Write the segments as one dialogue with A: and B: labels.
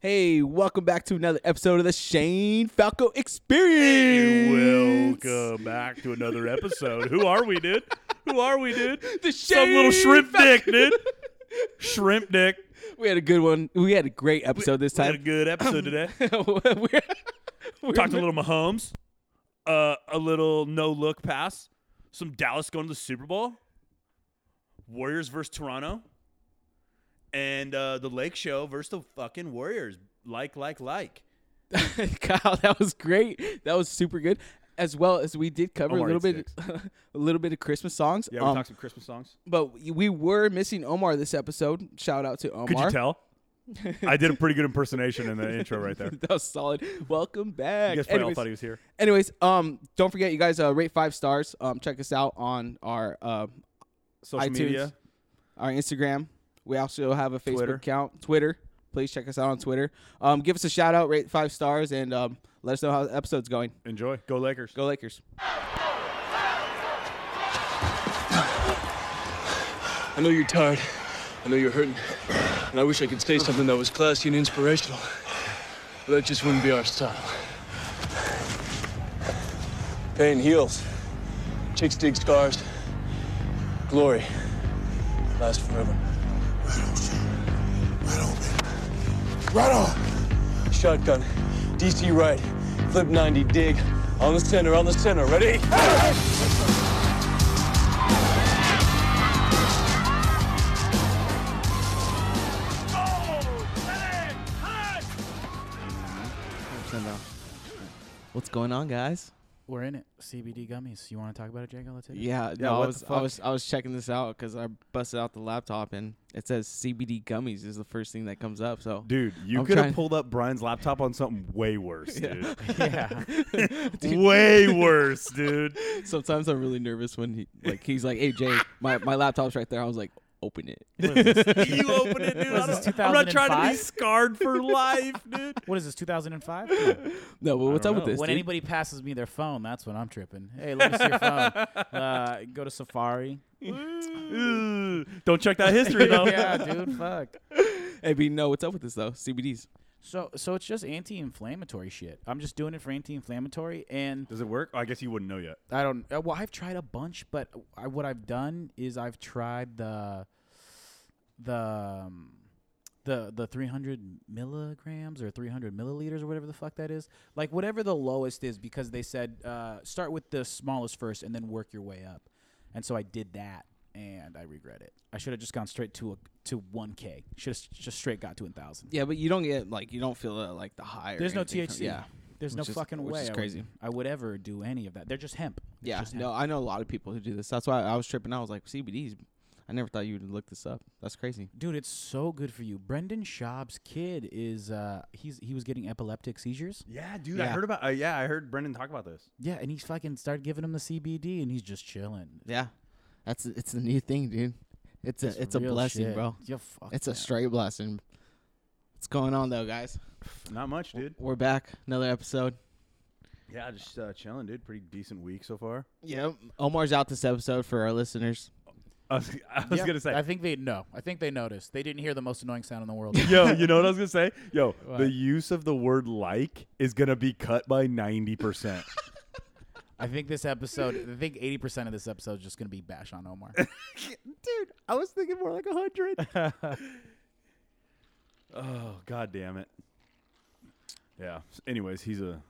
A: Hey, welcome back to another episode of the Shane Falco Experience.
B: Welcome back to another episode. Who are we, dude? Who are we, dude?
A: The
B: Some little
A: Shane
B: shrimp
A: Falco-
B: dick, dude. Shrimp dick.
A: We had a good one. We had a great episode this
B: We had a
A: time.
B: good episode today.
A: We're- we're-
B: Talked a little Mahomes, uh, a little no look pass, some Dallas going to the Super Bowl, Warriors versus Toronto, and uh, the Lake Show versus the fucking Warriors. Like, like, like.
A: Kyle, that was great. That was super good. As well as we did cover a
B: Omar
A: little bit,
B: eats
A: a little bit of Christmas songs.
B: Yeah, we
A: Um,
B: talked some Christmas songs.
A: but we were missing Omar this episode. Shout out to Omar.
B: Could you tell? I did a pretty good impersonation in the intro right there. You
A: that was solid. Welcome back.
B: guys probably all
A: Anyways-
B: thought he was here.
A: Anyways, um, don't forget, you guys uh, rate five stars. Um, check us out on our uh,
B: Social
A: iTunes,
B: media.
A: our Instagram. We also have a Facebook
B: Twitter.
A: account, Twitter. Please check us out on Twitter. Um, give us a shout out, rate five stars, and um, let us know how the episode's going.
B: Enjoy. Go Lakers.
A: Go Lakers.
C: I know you're tired. I know you're hurting. And I wish I could say something that was classy and inspirational. But that just wouldn't be our style. Pain heals. Chicks dig scars. Glory lasts forever. Right on. Shotgun. DC right. Flip 90. Dig. On the center. On the center. Ready?
A: What's going on, guys?
D: We're in it. CBD gummies. You want to talk about it, Jacob? Let's hit it.
A: Yeah,
D: Yeah,
A: no, I
D: what
A: was
D: the
A: I
D: fuck?
A: was I was checking this out because I busted out the laptop and it says CBD gummies is the first thing that comes up. So
B: Dude, you
A: I'm
B: could have
A: trying-
B: pulled up Brian's laptop on something way worse, dude.
D: Yeah.
B: way worse, dude.
A: sometimes I'm really nervous when he like he's like, "Hey Jay, my my laptop's right there." I was like, "Open it."
B: You open it, dude.
D: Was
B: I
D: this
B: don't- I'm not trying to be
D: 2005?
B: scarred for life, dude.
D: what is this, 2005?
A: No, but what's up
B: don't
A: with
B: know.
A: this?
D: when
A: dude?
D: anybody passes me their phone, that's when I'm tripping. Hey, let me see your phone. Uh, go to Safari.
B: Ooh. don't check that history, though.
D: Oh, yeah, dude. Fuck.
A: Hey, but you know what's up with this though? CBDs.
D: So, so it's just anti-inflammatory shit. I'm just doing it for anti-inflammatory, and
B: Does it work? Oh, I guess you wouldn't know yet.
D: I don't. uh, Well, I've tried a bunch, but I, what I've done is I've tried the the um, the the 300 milligrams or 300 milliliters or whatever the fuck that is. Like whatever the lowest is, because they said uh, start with the smallest first and then work your way up. And so I did that, and I regret it. I should have just gone straight to a to 1K. Should have just straight got to 1,000.
A: Yeah, but you don't get like you don't feel uh, like the high. or
D: There's no
A: anything
D: THC.
A: from- yeah,
D: There's
A: Which
D: no
A: is-
D: fucking
A: which
D: way.
A: is
D: I would-
A: crazy.
D: I would ever do any of that. They're just hemp. It's
A: yeah.
D: just hemp.
A: No, I know a lot of people who do this. That's why I was tripping. I was like CBDs. I never thought you would look this up. That's crazy.
D: Dude, it's so good for you. Brendan Schaub's kid is uh he's he was getting epileptic seizures.
B: Yeah, dude.
A: I Yeah.
B: I
A: heard
B: heard about. uh, yeah, I heard Brendan talk about this.
D: Yeah, and he's fucking started giving him the CBD and he's just chilling.
A: Yeah, that's it's a new thing, dude. It's a it's, a
D: real
A: blessing,
D: shit.
A: bro.
D: Yeah, fuck
A: It's a
D: yeah.
A: straight blessing. What's going on though, guys?
B: Not much, dude.
A: We're back. Another episode.
B: Yeah, just uh, chilling, dude. Pretty decent week so far.
A: Yep. Omar's out this episode for our listeners.
B: I was, I was
D: Yeah,
B: gonna say.
D: I think they know. I think they noticed. They didn't hear the most annoying sound in the world.
B: Yo, you know what I was gonna say? Yo, the
D: What?
B: use of the word "like" is gonna be cut by ninety percent.
D: I think this episode I think eighty percent of this episode is just gonna be bash on Omar.
B: dude. I was thinking more like a hundred. oh god damn it! Yeah. S- Anyways, he's a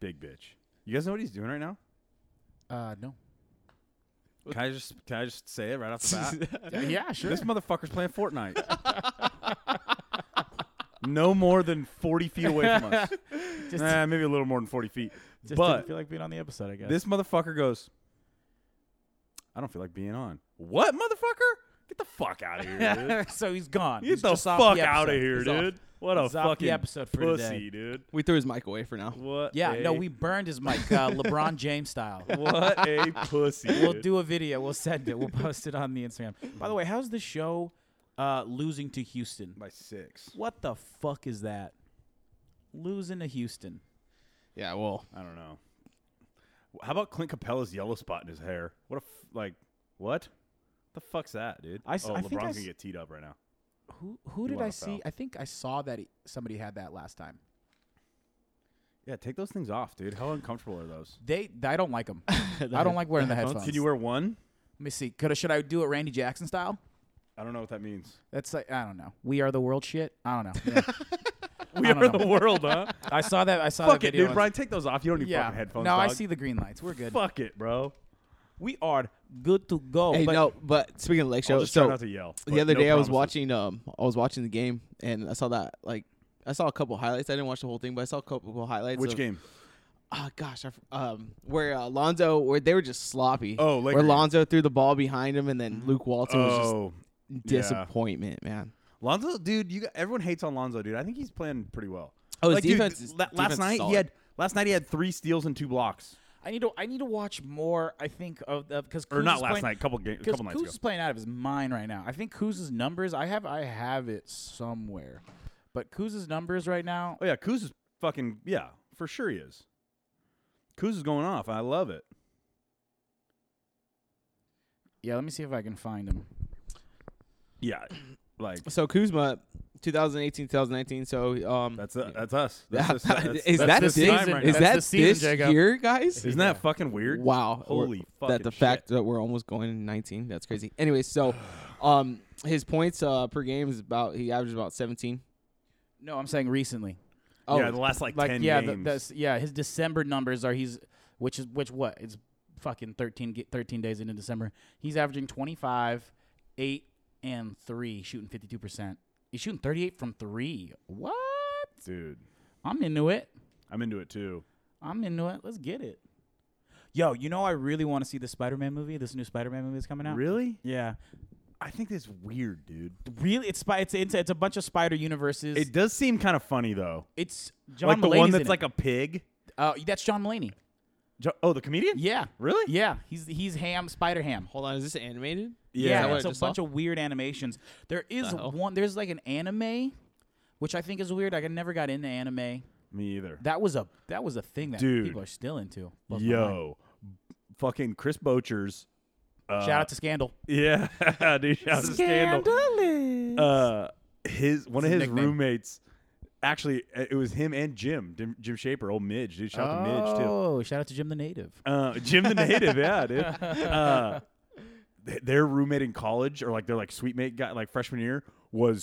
B: big bitch. You guys know what he's doing right now?
D: uh no.
B: Can I just can I just say it right off the bat?
D: Yeah, yeah, sure.
B: This motherfucker's playing Fortnite. no more than forty feet away from us.
D: just
B: Nah, maybe a little more than forty feet.
D: just
B: but
D: didn't feel like being on the episode, I guess.
B: This motherfucker goes, I don't feel like being on. What, motherfucker? Get the fuck out of here, dude.
D: so he's gone.
B: Get
D: He's
B: the
D: just off
B: fuck
D: the
B: out of
D: episode.
B: here,
D: He's off.
B: dude. What a
D: He's off the
B: fucking
D: episode for
B: pussy,
D: today.
B: dude.
A: We threw his mic away for now.
B: What?
D: Yeah,
B: a,
D: no, we burned his mic, uh, LeBron James style.
B: What a pussy.
D: We'll
B: dude.
D: do a video. We'll send it. We'll post it on the Instagram. By the way, how's the show uh, losing to Houston?
B: by six.
D: What the fuck is that? Losing to Houston.
A: Yeah. Well,
B: I don't know. How about Clint Capella's yellow spot in his hair? What a f- like what? The fuck's that, dude?
D: I s-
B: oh,
D: I think I
B: LeBron's
D: s-
B: gonna get teed up right now.
D: Who who did
B: wanna
D: I see?
B: foul.
D: I think I saw that he, somebody had that last time.
B: Yeah, take those things off, dude. How uncomfortable are those?
D: They I don't like them. I don't like wearing the headphones.
B: Can you wear one?
D: Let me see. Could I, should I do it Randy Jackson style?
B: I don't know what that means.
D: That's like I don't know. We are the world shit. I don't know.
B: We
D: I don't
B: are
D: know.
B: the world, huh?
D: I saw that. I saw
B: Fuck
D: that
B: it,
D: video.
B: dude.
D: on-
B: Brian, take those off. You don't need
D: yeah.
B: fucking headphones.
D: no, I
B: dog.
D: see the green lights. We're good.
B: Fuck it, bro. We are good to go.
A: Hey,
B: but
A: no, but speaking of the lake
B: I'll
A: show,
B: just
A: so
B: try not to yell.
A: the
B: but
A: other
B: no
A: day I was
B: promises.
A: watching um I was watching the game and I saw that like I saw a couple highlights. I didn't watch the whole thing, but I saw a couple highlights.
B: Which
A: of-
B: game?
A: Oh gosh, I f um, where uh, Lonzo, where they were just sloppy.
B: Oh, Laker
A: where
B: game. Mm-hmm.
A: Lonzo threw the ball behind him, and then Luke Walton was
B: Oh,
A: just
B: yeah.
A: disappointment, man.
B: Lonzo, dude. You got, everyone hates on Lonzo, dude. I think he's playing pretty well.
A: Oh, his
B: like, dude,
A: defense is-
B: la-
A: defense
B: last
A: is
B: night he
A: solid.
B: had last night he had three steals and two blocks,
D: I need to I need to watch more. I think of because
B: or not last night, couple games,
D: Because
B: couple nights
D: Kuz
B: ago.
D: is playing out of his mind right now. I think Kuz's numbers. I have I have it somewhere, but Kuz's numbers right now.
B: Oh yeah, Kuz is fucking yeah, for sure he is. Kuz is going off. I love it.
D: Yeah, let me see if I can find him.
B: Yeah, like
A: So Kuzma, 2018, 2019. So um,
B: that's uh, that's us. That's
A: That-
B: this- that's-
A: is
B: that's
A: that
B: this
A: this,
B: time right
A: is that
B: now.
D: That's the season,
A: this
D: Jacob.
A: year, guys?
B: Isn't that fucking weird?
A: Wow. Or-
B: Holy
A: That
B: fucking
A: the
B: shit.
A: fact that we're almost going in 19. That's crazy. Anyway, so um his points uh per game is about he averages about 17.
D: No, I'm saying recently.
A: Oh,
B: yeah, the last like,
D: Like
B: ten
D: yeah, the,
B: games.
D: that's yeah. His December numbers are he's which is which what it's fucking 13, ge- 13 days into December. He's averaging 25, 8 and 3 shooting 52%. He's shooting 38 from 3. What?
B: dude.
D: I'm into it.
B: I'm into it too.
D: I'm into it. Let's get it. Yo, you know I really want to see the Spider-Man movie. This new Spider-Man movie that's coming out.
B: Really?
D: Yeah.
B: I think that's weird, dude.
D: Really it's spi- it's it's, it's a bunch of spider universes.
B: It does seem kind of funny though.
D: it's John
B: like the
D: Mulaney's
B: one
D: in
B: that's
D: it.
B: like a pig.
D: uh, that's John Mulaney.
B: Jo- oh, the comedian?
D: Yeah.
B: Really?
D: Yeah, he's he's ham Spider Ham.
A: Hold on, is this animated?
B: Yeah.
D: Yeah,
B: Is that what
D: it's
A: I
D: a
A: just saw?
D: bunch of weird animations. There is
A: The hell?
D: one. There's like an anime, which I think is weird. Like I never got into anime.
B: Me either.
D: That was a that was a thing that
B: Dude.
D: people are still into. Blows my mind.
B: Yo, fucking Chris Bochers. Uh,
D: shout out to Scandal.
B: yeah, dude. Shout out to Scandal. Uh, his one
D: It's
B: of
D: his
B: his
D: nickname.
B: roommates. Actually, uh, it was him and Jim, Jim, Jim Shaper, old Midge, dude. Shout out to Uh, Midge too.
D: Oh, shout out to Jim the Native.
B: Uh, Jim the Native, yeah, dude. Uh, th- their roommate in college, or like their like sweet mate guy, like freshman year, was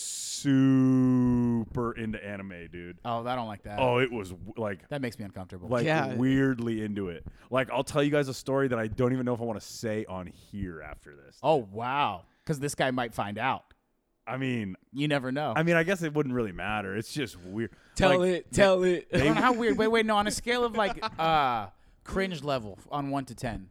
B: super into anime, dude.
D: Oh, I don't like that.
B: Oh, it was w- like
D: that makes me uncomfortable.
B: like
A: Yeah.
B: weirdly into it. Like I'll tell you guys a story that I don't even know if I want to say on here after this.
D: oh wow, because this guy might find out.
B: I mean,
D: You never know.
B: I mean, I guess it wouldn't really matter. It's just weird.
A: Tell
B: Like,
A: it, tell it.
D: I don't know how weird. Wait, wait, no. On a scale of like uh cringe level on one to ten,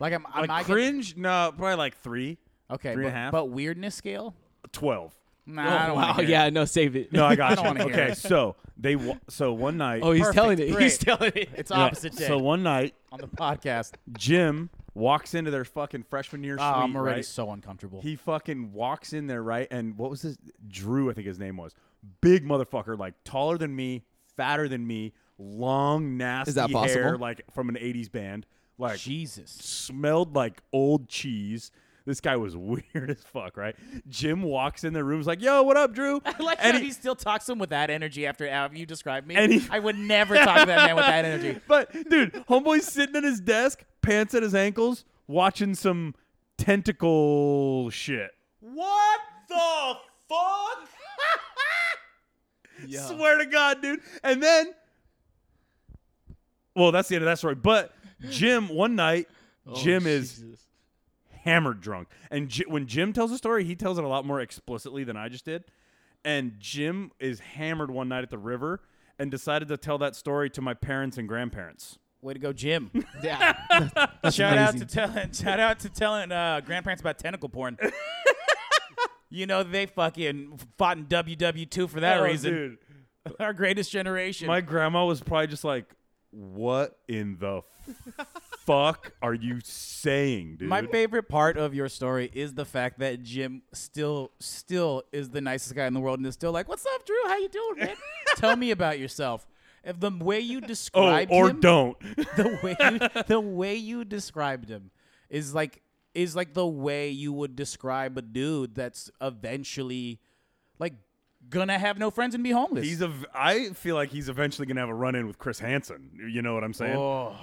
D: like I'm, I'm
B: Like
D: I get-
B: cringe? No, probably like three,
D: okay,
B: three
D: but,
B: and a half. Oh,
D: but weirdness scale.
B: twelve.
D: Nah, I don't wanna
A: wow,
D: hear it.
A: Oh, yeah, no, save it.
B: No, I got
D: don't
B: you.
D: wanna hear
B: okay,
D: it.
B: so they wa- so one night.
A: oh, he's
D: perfect,
A: telling it. He's
D: great.
A: telling it.
D: It's
B: Yeah,
D: opposite day
B: So one night,
D: on the podcast.
B: Jim walks into their fucking freshman year suite.
D: Oh, I'm already
B: right?
D: so uncomfortable.
B: He fucking walks in there, right? And what was his Drew, I think his name was. Big motherfucker, like taller than me, fatter than me, long nasty
A: that
B: hair,
A: possible?
B: like from an '80s band. Like
D: Jesus.
B: smelled like old cheese. This guy was weird as fuck, right? Jim walks in the room, is like, "Yo, what up, Drew?"
D: I like
B: and
D: how
B: he-
D: he, still talks to him with that energy after how you described me.
B: And he-
D: I would never talk to that man with that energy.
B: But dude, homeboy's sitting at his desk, pants at his ankles, watching some tentacle shit. What the fuck? Swear to God, dude. And then, well, that's the end of that story. But Jim, one night, Jim is hammered drunk. And J- when Jim tells a story, he tells it a lot more explicitly than I just did. And Jim is hammered one night at the river and decided to tell that story to my parents and grandparents.
D: Way to go, Jim.
A: Yeah.
D: shout out to
A: amazing.
D: telling shout out to telling uh, grandparents about tentacle porn. you know they fucking fought in WW two for that
B: Oh,
D: reason.
B: dude.
D: Our greatest generation.
B: My grandma was probably just like, "What in the fuck are you saying, dude?"
D: My favorite part of your story is the fact that Jim still still is the nicest guy in the world and is still like, "What's up, Drew? How you doing, man? Tell me about yourself." If the way you
B: oh,
D: described
B: or
D: him,
B: don't.
D: the way you, the way you described him is like is like the way you would describe a dude that's eventually like gonna have no friends and be homeless.
B: He's a. v- I feel like he's eventually gonna have a run in with Chris Hansen. You know what I'm saying?
D: oh.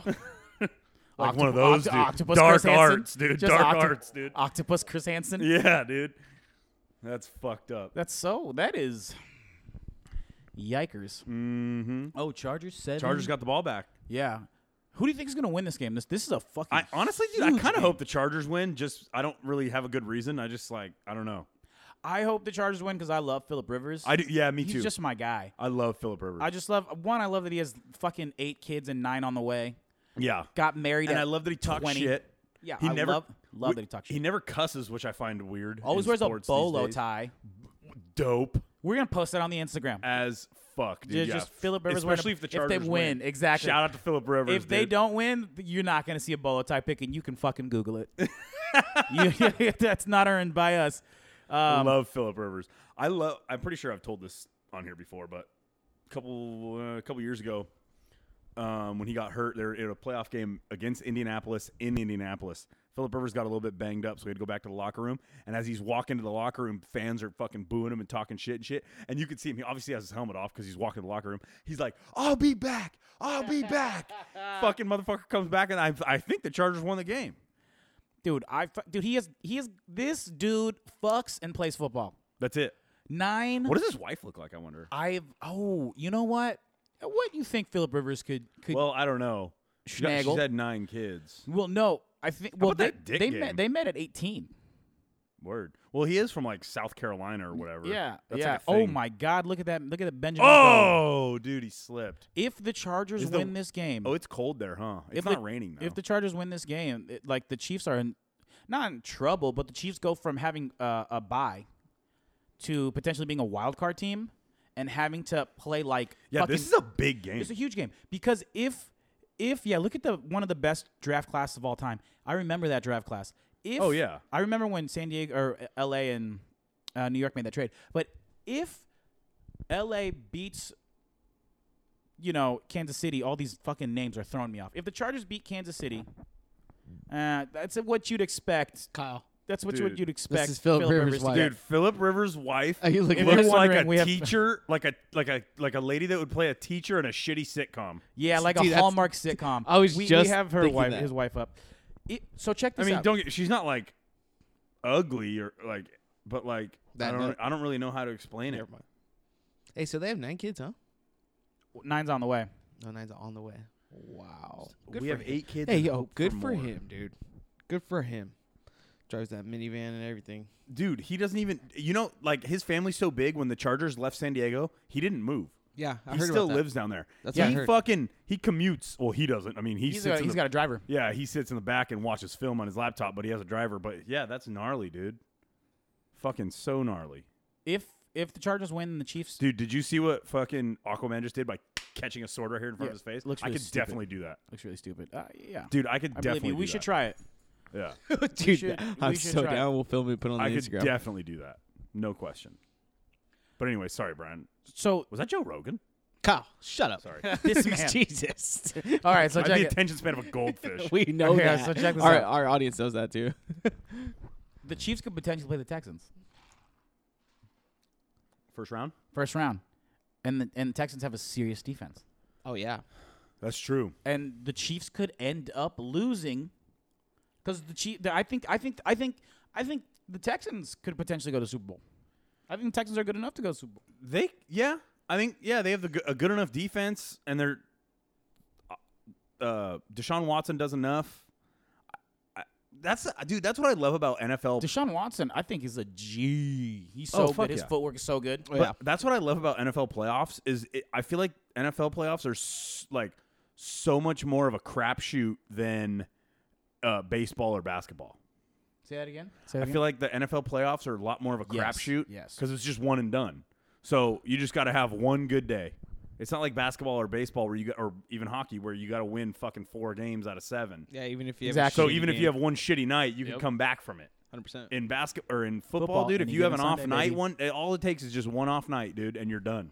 B: like one of
D: Octop-
B: those
D: oct-
B: dude.
D: octopus
B: dark
D: Chris Hansen.
B: arts, dude.
D: Just
B: dark
D: octo-
B: arts, dude.
D: Octopus Chris Hansen.
B: Yeah, dude. That's fucked up.
D: That's so. That is. Yikers!
B: Mm-hmm.
D: Oh, Chargers seven.
B: Chargers got the ball back.
D: yeah. Who do you think is gonna win this game? This this is a fucking.
B: I honestly, dude, I
D: huge
B: kind of
D: game.
B: hope the Chargers win. Just I don't really have a good reason. I just like I don't know.
D: I hope the Chargers win because I love Philip Rivers.
B: I do. Yeah, me
D: He's
B: too.
D: just my guy.
B: I love Philip Rivers.
D: I just love one. I love that he has fucking eight kids and nine on the way.
B: yeah,
D: Got married,
B: and
D: at
B: I love that he talks
D: 20.
B: shit.
D: Yeah,
B: He
D: I
B: never
D: love, love
B: we-
D: that he talks
B: He
D: shit.
B: never cusses, which I find weird.
D: Always
B: in
D: wears a
B: sports these
D: bolo
B: days.
D: tie.
B: Dope
D: We're gonna post that on the Instagram.
B: as fuck, dude.
D: Just-
B: yeah.
D: just Philip Rivers wearing a-
B: especially if the
D: if they
B: Chargers
D: win, exactly.
B: Shout out to Philip Rivers.
D: If they
B: dude.
D: don't win, you're not gonna see a bolo tie pick, and you can fucking Google it. You- that's not earned by us.
B: I
D: Um,
B: love Philip Rivers. I love. I'm pretty sure I've told this on here before, but a couple uh, a couple years ago, um, when he got hurt, they were in a playoff game against Indianapolis in Indianapolis. Philip Rivers got a little bit banged up, so he had to go back to the locker room. And as he's walking to the locker room, fans are fucking booing him and talking shit and shit. And you can see him. He obviously has his helmet off because he's walking to the locker room. He's like, "I'll be back. I'll be back." fucking motherfucker comes back, and I, I think the Chargers won the game.
D: dude, I fu- dude, he is he is this dude fucks and plays football.
B: That's it.
D: Nine.
B: What does his wife look like? I wonder.
D: I've oh, you know what? What you think Philip Rivers could could
B: Well, I don't know. She got, she's
D: Schnaggle.
B: had nine kids.
D: Well, no, I think. Well,
B: about
D: they
B: that dick
D: they
B: game?
D: met they met at eighteen.
B: Word. Well, he is from like South Carolina or whatever.
D: Yeah,
B: That's
D: yeah.
B: like a
D: oh
B: thing.
D: my God! Look at that! Look at that Benjamin. Button.
B: Oh, dude, he slipped.
D: If the Chargers
B: Is the-
D: win this game,
B: Oh, it's cold there, huh? It's
D: if
B: not
D: the,
B: raining though.
D: If the Chargers win this game, it, like the Chiefs are in, not in trouble, but the Chiefs go from having uh, a bye to potentially being a wild card team and having to play like
B: yeah,
D: fucking
B: this is a big game.
D: It's a huge game because if if yeah, look at the one of the best draft classes of all time. I remember that draft class. If
B: Oh, yeah.
D: I remember when San Diego or L.A. and uh, New York made that trade. But if L.A. beats you know Kansas City, all these fucking names are throwing me off. If the Chargers beat Kansas City, uh, that's what you'd expect.
E: Kyle.
D: That's what you
B: Dude,
D: would you'd expect.
E: is Philip Rivers'
D: to
E: wife.
D: get.
B: dude, Philip Rivers' wife
E: Are you looking- If
B: looks
D: you're
B: like a
D: Uh, wondering, we have-
B: teacher, like a like a like a lady that would play a teacher in a shitty sitcom.
D: Yeah, like
E: Dude,
D: a
E: that's-
D: Hallmark sitcom.
E: I was
D: we,
E: just
D: we have her
E: thinking
D: wife,
E: that.
D: his wife up. It- so check
B: I
D: this
B: mean,
D: out.
B: don't get, she's not like ugly or like, but like I
E: That
B: don't
E: note-
B: I don't really know how to explain it.
E: Never mind.
A: Hey, so they have nine kids, huh?
D: Nine's on the way.
A: No, nine's on the way. Wow.
B: we have eight kids.
A: Hey,
B: and
A: yo,
B: hope
A: good
B: for
A: for
B: more.
A: him, dude. Good for him. Drives that minivan and everything.
B: dude he doesn't even you know like his family's so big when the chargers left san diego he didn't move
A: Yeah, I
B: he
A: heard
B: still
A: about that.
B: lives down there
A: That's
B: yeah
A: what I
B: he
A: heard.
B: fucking he commutes well he doesn't i mean he
D: He's
B: sits
D: got,
B: in
D: he's
B: the,
D: got a driver.
B: yeah he sits in the back and watches film on his laptop but he has a driver but yeah that's gnarly dude fucking so gnarly
D: If if the Chargers win, the Chiefs.
B: dude did you see what fucking aquaman just did by catching a sword right here in front
D: Yeah,
B: of his face
D: looks
B: i
D: really
B: could
D: stupid.
B: definitely do that
D: Looks really stupid. Uh, yeah,
B: dude i could
D: I believe
B: definitely
D: you. We
B: do
D: should
B: that.
D: try it.
B: yeah
A: Dude,
D: should-
A: I'm
D: we should
A: so
D: try.
A: down. We'll film it, put it on
B: i
A: the
B: could
A: Instagram.
B: definitely do that no question but anyway sorry brian
D: So
B: was that joe rogan
E: Kyle, shut up.
B: sorry
D: this man.
E: Jesus.
D: All right, so
B: I have the
D: check it.
B: attention span of a goldfish.
E: we know
D: Okay,
E: that.
D: so check this
A: Our,
D: out.
A: our audience knows that too.
D: The Chiefs could potentially play the Texans
B: First round?
D: first round, and the and the Texans have a serious defense,
A: Oh yeah.
B: That's true.
D: and the Chiefs could end up losing because the Chief. I think I think I think I think the Texans could potentially go to Super Bowl. I think the Texans are good enough to go to Super Bowl.
B: They yeah, I think yeah, they have the, go- a good enough defense and they're uh Deshaun Watson does enough. I, I, that's dude, that's what I love about NFL.
D: Deshaun Watson, I think, is a G. He's so
B: Oh, fuck
D: good. His
B: yeah.
D: footwork is so good.
A: Oh,
B: but that's what I love about NFL playoffs is it, I feel like NFL playoffs are s- like so much more of a crapshoot than uh, baseball or basketball.
D: Say that again. Say that
B: I
D: again.
B: feel like the NFL playoffs are a lot more of a
D: Yes,
B: crapshoot.
D: yes.
B: Because it's just one and done. So you just got to have one good day. It's not like basketball or baseball where you got, or even hockey where you got to win fucking four games out of seven.
A: Yeah, even if you
D: Exactly.
B: So even if you have one shitty night, you can
A: Yep.
B: come back from it.
A: 100%.
B: In basket or in football,
D: Football,
B: dude, if
D: any
B: you have an
D: given
B: off
D: Sunday,
B: night,
D: baby.
B: one eh, all it takes is just one off night, dude, and you're done.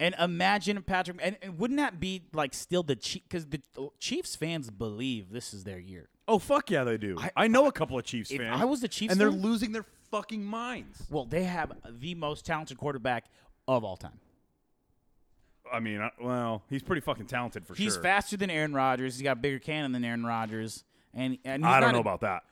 D: And imagine Patrick. And, and wouldn't that be like still the Chief? Because the Chiefs fans believe this is their year.
B: Oh fuck yeah, they do. I, know a couple of Chiefs
D: If
B: fans.
D: I was the Chiefs
B: and they're
D: fan-
B: losing their fucking minds.
D: Well, they have the most talented quarterback of all time.
B: I mean, I, well, he's pretty fucking talented for
D: He's
B: sure.
D: faster than Aaron Rodgers. He's got a bigger cannon than Aaron Rodgers. And, and he's
B: I
D: not
B: don't know
D: a-
B: about that.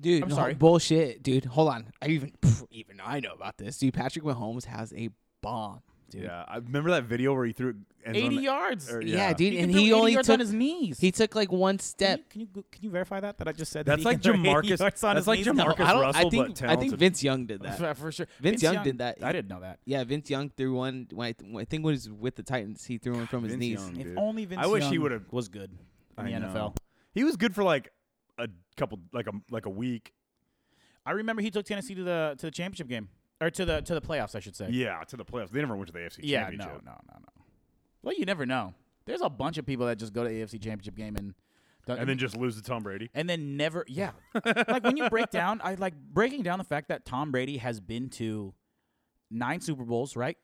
A: Dude,
D: I'm
A: no,
D: sorry.
A: bullshit, dude. Hold on. I even pff, even I know about this. Dude, Patrick Mahomes has a bomb, dude.
B: Yeah, I remember that video where he threw it end zone-
D: 80 yards.
B: or-
A: Yeah,
B: yeah.
A: dude,
D: He can
A: and
D: throw
A: he
D: 80
A: only
D: yards
A: took
D: on his knees.
A: he took like one step.
D: Can you, can you can you verify that that I just said?
B: That's
D: that he
B: like
D: can throw 80
B: Jamarcus-
D: yards on
B: that's
D: his
B: like
D: knees?
B: Jamar-
D: No,
B: Marcus
A: I don't. I
B: Russell,
A: think I
B: but
A: think
B: talented.
A: Vince Young did that.
D: for, for sure.
A: Vince Young did that.
D: I didn't know that.
A: Yeah, Vince Young threw one. When I, th- when I think when he was with the Titans, he threw one from his
B: Vince
A: knees.
B: Young,
D: If
B: dude.
D: only Vince
B: I wish he
D: Young
B: would've-
D: was good in
B: I
D: the
B: know.
D: NFL.
B: He was good for like a couple, like a like a week.
D: I remember he took Tennessee to the to the championship game or to the to the playoffs, I should say.
B: Yeah, to the playoffs. They never went to the AFC
D: Yeah, no, no,
B: Championship.
D: no, no. Well, you never know. There's a bunch of people that just go to AFC Championship game and don't-
B: And then just lose to Tom Brady.
D: and then never. Yeah, like when you break down, I like breaking down the fact that Tom Brady has been to nine Super Bowls, right?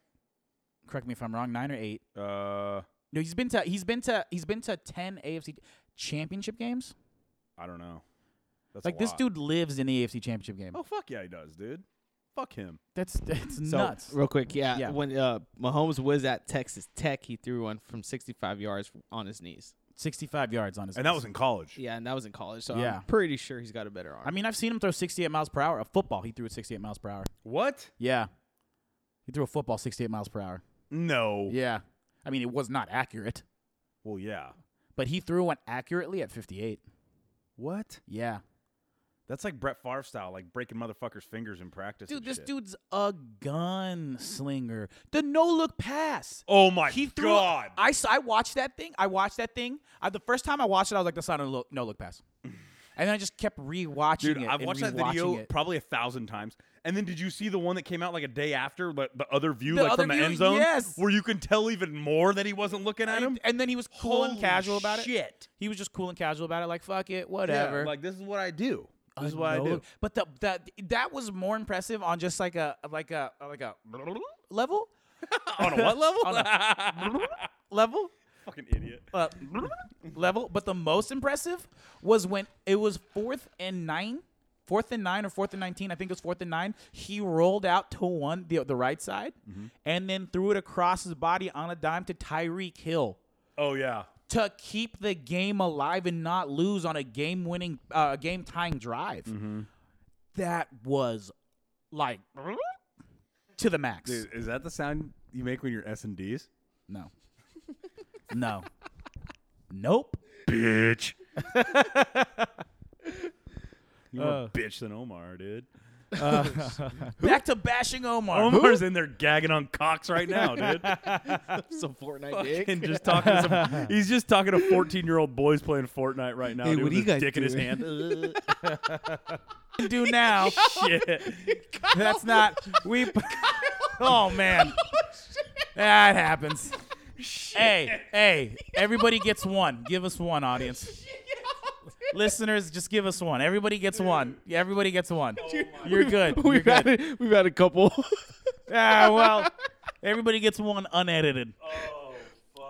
D: Correct me if I'm wrong. Nine or eight.
B: Uh,
D: No, he's been to he's been to he's been to ten AFC championship games.
B: I don't know. That's a
D: like this
B: lot.
D: dude lives in the AFC championship game.
B: Oh fuck yeah, he does, dude. Fuck him.
D: That's that's
A: So
D: nuts.
A: real quick, yeah,
D: Yeah.
A: When uh, Mahomes was at Texas Tech, he threw one from 65 yards on his knees.
D: Sixty-five yards on his.
B: And that
D: knees.
B: was in college.
A: Yeah, and that was in college. So
D: Yeah.
A: I'm pretty sure he's got a better arm.
D: I mean, I've seen him throw sixty-eight miles per hour. A football, he threw at sixty-eight miles per hour.
B: What?
D: Yeah, he threw a football sixty-eight miles per hour.
B: No.
D: Yeah, I mean, it was not accurate,
B: Well, yeah.
D: but he threw one accurately at fifty-eight.
B: What?
D: Yeah,
B: That's like Brett Favre style, like breaking motherfuckers' fingers in practice.
D: dude,
B: and
D: this
B: shit.
D: dude's a gunslinger. The no-look pass.
B: Oh my
D: he threw.
B: god!
D: I s- I watched that thing. I watched that thing. I, the first time I watched it, I was like, "That's not a look, no look pass." and then I just kept rewatching
B: dude,
D: it.
B: I've
D: and
B: watched that
D: rewatching
B: video
D: it.
B: probably a thousand times. And then did you see the one that came out like a day after, like the other view,
D: The
B: like from
D: other
B: the
D: view,
B: end zone?
D: yes.
B: Where you can tell even more that he wasn't looking at him.
D: And, and then he was cool and
B: Holy
D: casual about it.
B: shit.
D: He was just cool and casual about it, like fuck it, whatever.
B: Yeah, like this is what I do.
D: I
B: This is what I
D: know.
B: do.
D: But the, the that was more impressive on just like a like a like a level
B: On a what level?
D: On level
B: Fucking idiot.
D: uh, level. But the most impressive was when it was fourth and nine. Fourth and nine or fourth and nineteen, I think it was fourth and nine. He rolled out to one the the right side, and then threw it across his body on a dime to Tyreek Hill.
B: Oh yeah.
D: to keep the game alive and not lose on a game winning uh game tying drive.
B: Mm-hmm.
D: That was like to the max.
B: Dude, is that the sound you make when you're S and D's?
D: No. no. Nope.
B: Bitch. You're
D: Uh.
B: more bitch than Omar, dude.
D: Back to bashing Omar.
B: Omar's in there gagging on cocks right now, dude.
A: some Fortnite
B: and just talking to some, he's just talking to 14 year old boys playing Fortnite right now.
A: Hey,
B: dude,
A: what
B: with
A: do you
B: his
A: guys
B: dick in his
A: doing?
B: hand.
D: Who do now?
B: Shit.
D: That's not we Oh man. That happens. Hey, hey, everybody gets one. Give us one, audience. Listeners, just give us one. Everybody gets one. Yeah, Everybody gets one. You're good. You're
A: We've had,
D: good.
A: a, we've had a couple.
D: Ah, well, everybody gets one unedited.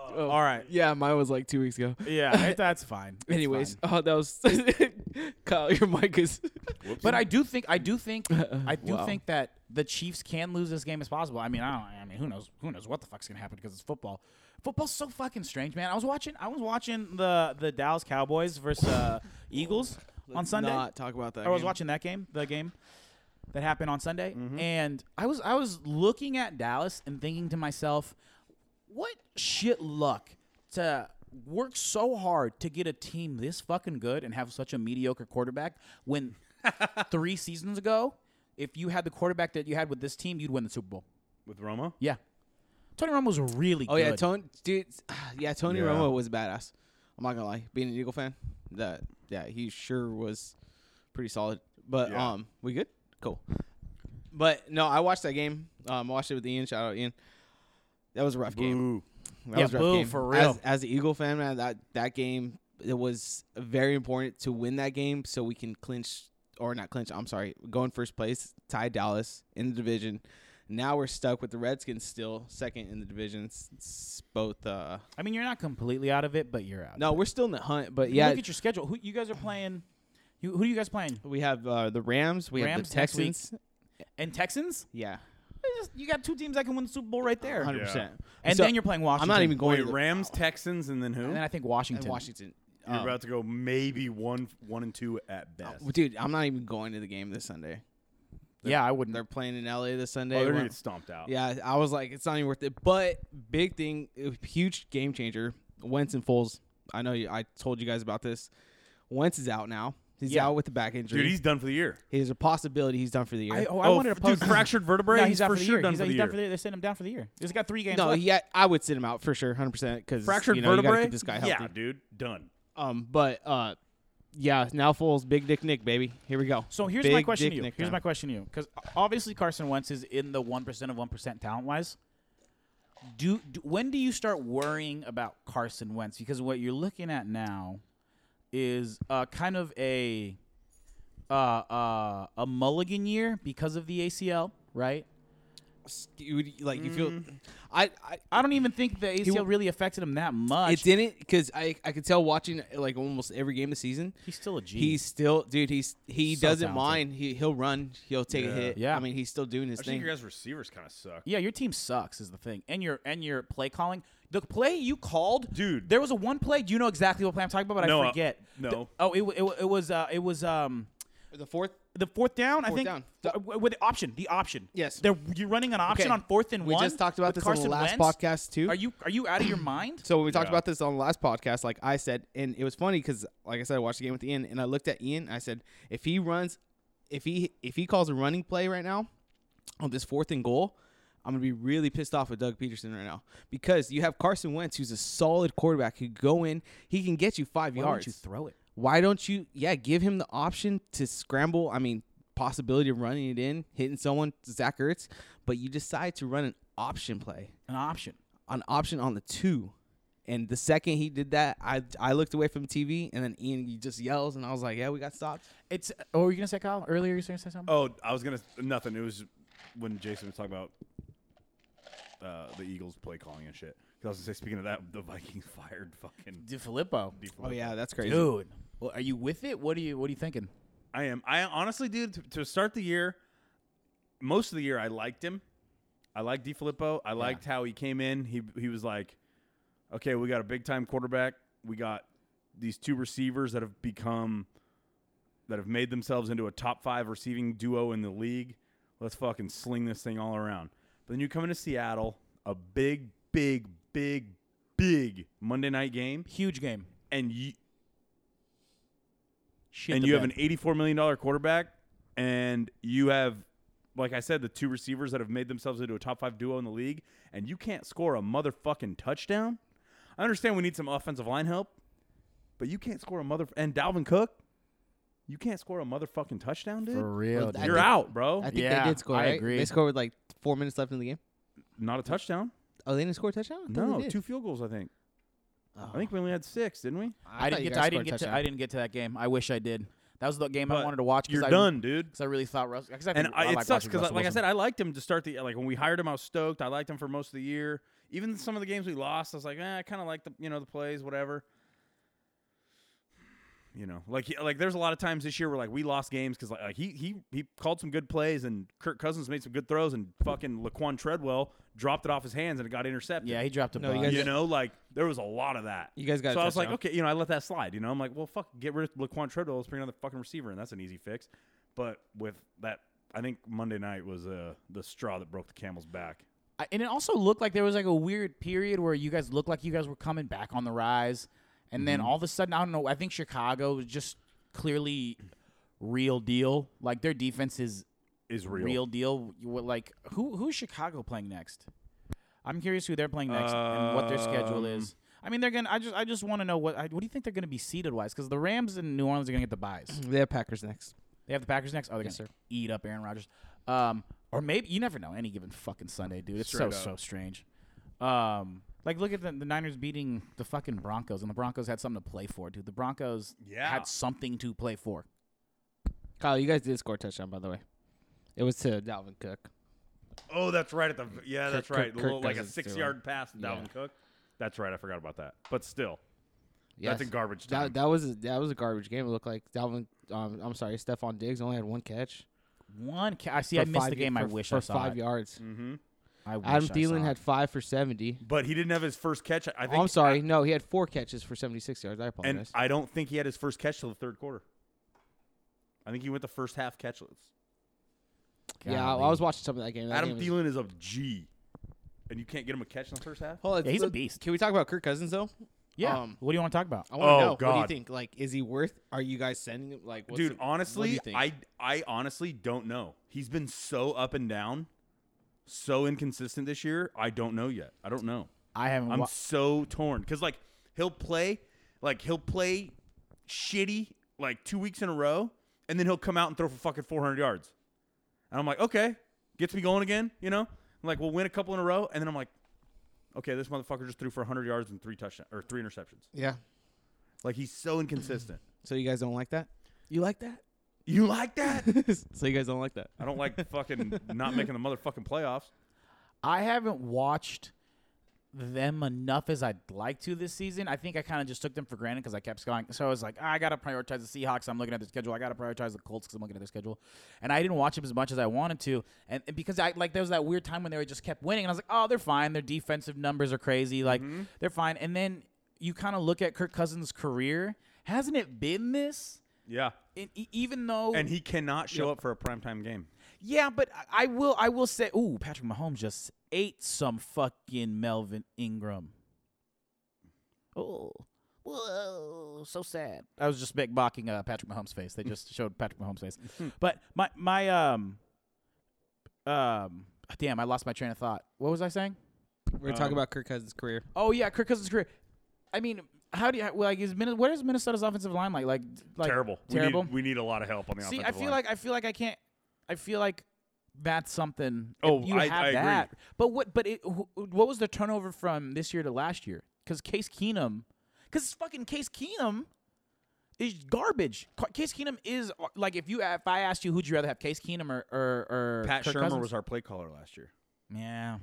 D: All right.
A: yeah, mine was like two weeks ago.
D: Yeah, it- that's fine. It's
A: Anyways,
D: fine.
A: oh, that was Kyle. Your mic is.
D: but I do think I do think I do
A: Wow.
D: think that the Chiefs can lose this game as possible. I mean, I don't. I mean, who knows? Who knows what the fuck's gonna happen because it's football. Football's so fucking strange, man. I was watching. I was watching the the Dallas Cowboys versus uh, Eagles on Sunday.
A: Not talk about that.
D: I was
A: game. Mm-hmm.
D: watching that game, the game that happened on Sunday, and I was I was looking at Dallas and thinking to myself, what shit luck to work so hard to get a team this fucking good and have such a mediocre quarterback when 3 seasons ago, if you had the quarterback that you had with this team, you'd win the Super Bowl.
B: With Romo?
D: Yeah. Tony Romo was really
A: Oh
D: good.
A: yeah, Tony, dude. Yeah, Tony
B: Yeah.
A: Romo was badass. I'm not gonna lie. Being an Eagle fan, that yeah, he sure was pretty solid. But
B: Yeah.
A: um, we good? Cool. But no, I watched that game. Um, I watched it with Ian. Shout out Ian. That was a rough game.
B: Ooh.
A: That
D: Yeah,
A: was a rough
D: boo,
A: game.
D: for
A: As,
D: real.
A: as an Eagle fan, man, that that game it was very important to win that game so we can clinch or not clinch. I'm sorry, go in first place, tie Dallas in the division. Now we're stuck with the Redskins still second in the division. It's, it's both. Uh,
D: I mean, you're not completely out of it, but you're out.
A: no, we're still in the hunt, but
D: You
A: yeah,
D: Look at your schedule. Who you guys are playing? You, who are you guys playing?
A: we have uh, the Rams, we
D: Rams
A: have the
D: next week.
A: Texans,
D: and Texans.
A: Yeah,
D: It's just- You got two teams that can win the Super Bowl right there.
A: hundred percent.
D: And
A: So,
D: then you're playing
A: I'm
D: Washington.
A: not even going
B: Wait,
A: to the- Oh,
B: Rams, Texans, and then who?
D: And then I think Washington.
A: Washington.
B: You're
A: Um,
B: about to go maybe one, one and two at best.
A: dude, I'm not even going to the game this Sunday.
D: Yeah, I wouldn't.
A: They're playing in LA this Sunday.
B: oh, they're
A: Well,
B: gonna get stomped out.
A: yeah, I was like, it's not even worth it. But big thing, a huge game changer. Wentz and Foles. I know you, I told you guys about this. Wentz is out now. He's
D: Yeah.
A: out with the back injury.
B: dude, he's done for the year.
A: He's a possibility he's done for the year.
D: I, oh, I wanted
B: f-
D: to post.
B: dude, fractured vertebrae.
D: No,
B: he's,
D: out
B: for
D: the
B: sure
D: year.
B: done
D: he's,
B: for the
D: he's
B: year.
D: Done for the year. They sent him down for the year. He's got three games
A: no,
D: left.
A: yeah, I would sit him out for sure, hundred percent. Because
B: fractured
A: you know, you gotta
B: vertebrae.
A: keep this guy healthy.
B: yeah, dude, done.
A: Um, but uh, yeah, now Foles, big dick Nick, baby. Here we go.
D: So here's
A: Big
D: my question
A: dick
D: to you.
A: Nick
D: Here's
A: now.
D: my question to you, because obviously Carson Wentz is in the one percent of one percent talent wise. Do, do when do you start worrying about Carson Wentz? Because what you're looking at now is uh, kind of a uh, uh, a mulligan year because of the ACL, right?
A: You would- like you feel. Mm. I, I
D: I don't even think the ACL really affected him that much.
A: it didn't because I I could tell watching like almost every game this season.
D: He's still a G.
A: He's still, dude. He's he
D: So
A: doesn't
D: talented.
A: mind. He he'll run. He'll take a hit.
D: Yeah.
A: I mean, he's still doing his
B: I think
A: thing.
B: your guys' receivers kind of suck.
D: Yeah, your team sucks is the thing, and your and your play calling. The play you called,
B: Dude.
D: There was a one play. Do you know exactly what play I'm talking about? But
B: No,
D: I
B: uh,
D: forget.
B: no.
D: The- oh, it, wa- it wa- it was uh, it was um
A: The fourth.
D: the fourth down. I
A: Fourth
D: think
A: down.
D: w- w- with the option, the option.
A: Yes.
D: They're, you're running an option
A: Okay.
D: on fourth and
A: We
D: one.
A: just talked about
D: with
A: this on the
D: Carson
A: last
D: Wentz?
A: podcast, too.
D: Are you are you out of your mind?
A: So we talked
B: Yeah.
A: about this on the last podcast, like I said, and it was funny because, like I said, I watched the game with Ian, and I looked at Ian. And I said, if he runs, if he if he calls a running play right now on this fourth and goal, I'm gonna be really pissed off with Doug Peterson right now because you have Carson Wentz, who's a solid quarterback, who go in, he can get you five
D: Why
A: yards.
D: don't you throw it?
A: Why don't you? Yeah, give him the option to scramble. I mean, possibility of running it in, hitting someone, Zach Ertz, but you decide to run an option play
D: An option.
A: an option on the two. And the second he did that, I I looked away from TV, and then Ian he just yells, and I was like, "Yeah, we got stopped."
D: It's. Oh, were you gonna say Kyle earlier? You were gonna say something?
B: Oh, I was gonna nothing. It was when Jason was talking about uh, the Eagles play calling and shit. 'Cause I was gonna say, speaking of that, the Vikings fired fucking.
D: DiFilippo.
A: Oh yeah, that's crazy.
D: Dude, well, are you with it? What are you What are you thinking?
B: I am. I honestly, dude, to, to start the year, most of the year, I liked him. I liked DiFilippo. I liked how he came in. He he was like, okay, we got a big time quarterback. We got these two receivers that have become that have made themselves into a top five receiving duo in the league. Let's fucking sling this thing all around. But then you come into Seattle, a big, big, big, big Monday night game,
D: Huge game.
B: and you
D: Shit
B: and
D: the
B: you have
D: bed.
B: an $84 million quarterback, and you have, like I said, the two receivers that have made themselves into a top five duo in the league, and you can't score a motherfucking touchdown. I understand we need some offensive line help, but you can't score a mother. And Dalvin Cook, you can't score a motherfucking touchdown, dude.
D: for real.
A: Well, I
D: dude.
B: You're
A: think-
B: out, bro.
A: I think
D: Yeah,
A: they did score.
D: I
A: right?
D: agree.
A: They scored with like four minutes left in the game.
B: Not a touchdown.
A: Oh, they didn't score a touchdown. I thought they
B: No,
A: did.
B: two field goals. I think.
A: Oh.
B: I think we only had six, didn't we?
A: I thought
D: I, didn't
A: you
D: get.
A: guys
D: To, I
A: scored
D: didn't
A: a
D: get. To,
A: touchdown.
D: I didn't get to that game. I wish I did. That was the game I
B: But
D: wanted to watch.
B: You're
D: I,
B: done, dude.
D: Because I really thought Russ. Because I,
B: And
D: think-
B: I,
D: I
B: it
D: like
B: sucks
D: watching
B: because,
D: Russell
B: like I
D: Wilson.
B: said, I liked him to start the like when we hired him. I was stoked. I liked him for most of the year. Even some of the games we lost, I was like, eh, I kind of like the you know the plays, whatever. You know, like he- like there's a lot of times this year where like we lost games because like, like, he he he called some good plays and Kirk Cousins made some good throws and fucking Laquan Treadwell dropped it off his hands and it got intercepted.
D: yeah, he dropped a
A: No, you
D: bomb.
A: guys-
B: you know, like there was a lot of that.
A: You guys got a
B: So I was like,
A: touchdown.
B: okay, you know, I let that slide. You know, I'm like, well, fuck, get rid of Laquan Treadwell. Let's bring another fucking receiver, and that's an easy fix. But with that, I think Monday night was uh, the straw that broke the camel's back.
D: I- and it also looked like there was like a weird period where you guys looked like you guys were coming back on the rise, and
B: Mm-hmm.
D: then all of a sudden, I don't know. I think Chicago was just clearly real deal. Like their defense is
B: Is real.
D: real, deal. You were like who who's Chicago playing next? I'm curious who they're playing next and what their
B: Um,
D: schedule is. I mean, they're gonna. I just I just want to know what I, what do you think they're gonna be seeded wise? Because the Rams and New Orleans are gonna get the buys.
A: They have Packers next.
D: They have the Packers next. Oh, they're gonna eat up Aaron Rodgers. Um, or maybe you never know. Any given fucking Sunday, dude. It's so so strange. Um, like look at the, the Niners beating the fucking Broncos, and the Broncos had something to play for, dude. The Broncos
B: Yeah.
D: had something to play for.
A: Kyle, you guys did score a touchdown, by the way. It was to Dalvin Cook.
B: Oh, that's right at the yeah, that's
A: Kirk-
B: right.
A: Kirk
B: Little- like a
A: Cousins threw
B: six yard pass to Dalvin
A: Yeah.
B: Cook. That's right. I forgot about that. But still,
A: Yes.
B: that's a garbage time.
A: That, that was a, that was a garbage game. It looked like Dalvin. Um, I'm sorry, Stephon Diggs only had one catch.
D: one. Ca- I see. I
A: for
D: missed
A: five
D: the
A: y-
D: game. I
A: for-
D: wish
A: for
D: I saw.
A: five
D: it.
A: yards.
D: I wish
A: Adam
D: I
A: Thielen
D: saw
A: had
D: it.
A: five for seventy.
B: But he didn't have his first catch. I think.
A: Oh, I'm sorry, no, he had four catches for seventy six yards. I
B: and
A: apologize.
B: I don't think he had his first catch till the third quarter. I think he went the first half catchless.
A: yeah, I, I was watching some of that game. That
B: Adam
A: game was-
B: Thielen is a G, and you can't get him a catch in the first half.
A: Hold on,
D: Yeah, he's a
A: let-
D: beast.
A: Can we talk about Kirk Cousins though?
D: Yeah.
A: Um,
D: what do you want to talk about?
A: I want to
B: Oh,
A: know. What
B: God.
A: do you think? Like, is he worth? Are you guys sending him? Like, what's
B: Dude,
A: the- what do
B: honestly,
A: you think?
B: I I honestly don't know. He's been so up and down, so inconsistent this year. I don't know yet. I don't know.
D: I haven't.
B: I'm
D: wa-
B: so torn because like he'll play, like he'll play shitty like two weeks in a row, and then he'll come out and throw for fucking 400 yards, and I'm like, okay, gets me going again, you know? I'm like we'll win a couple in a row, and then I'm like, okay, this motherfucker just threw for 100 yards and three touchdowns or three interceptions.
A: yeah.
B: Like he's so inconsistent.
A: So you guys don't like that? You like that?
B: you like that?
A: so you guys don't like that?
B: I don't like fucking not making the motherfucking playoffs.
D: I haven't watched them enough as I'd like to this season. I think I kind of just took them for granted because I kept going. So I was like, I gotta prioritize the Seahawks. I'm looking at their schedule. I gotta prioritize the Colts because I'm looking at their schedule. And I didn't watch them as much as I wanted to, and, and because I like there was that weird time when they were just kept winning, and I was like, oh, they're fine. Their defensive numbers are crazy. Like
B: Mm-hmm.
D: they're fine. And then you kind of look at Kirk Cousins' career. Hasn't it been this?
B: Yeah,
D: And e- even though
B: and he cannot show up for a primetime game.
D: yeah, but I- I will. I will say, ooh, Patrick Mahomes just ate some fucking Melvin Ingram. Oh, whoa, so sad. I was just big mocking uh, Patrick Mahomes' face. They just showed Patrick Mahomes' face. but my my um um damn, I lost my train of thought. What was I saying?
A: We're
B: Uh,
A: talking about Kirk Cousins' career.
D: Oh yeah, Kirk Cousins' career. I mean, how do you like? Is Min- where is Minnesota's offensive line like? Like, like
B: Terrible.
D: terrible.
B: We need, we need a lot of help on the
D: See,
B: offensive
D: I feel
B: line.
D: like I feel like I can't. I feel like that's something. if
B: Oh,
D: you
B: I-
D: have
B: I agree.
D: that. But what? But it, wh- what was the turnover from this year to last year? Because Case Keenum, because fucking Case Keenum is garbage. Ca- Case Keenum is uh, like if you if I asked you who'd you rather have Case Keenum or or, or
B: Pat
D: Kirk
B: Shermer
D: Cousins?
B: was our play caller last year.
D: yeah.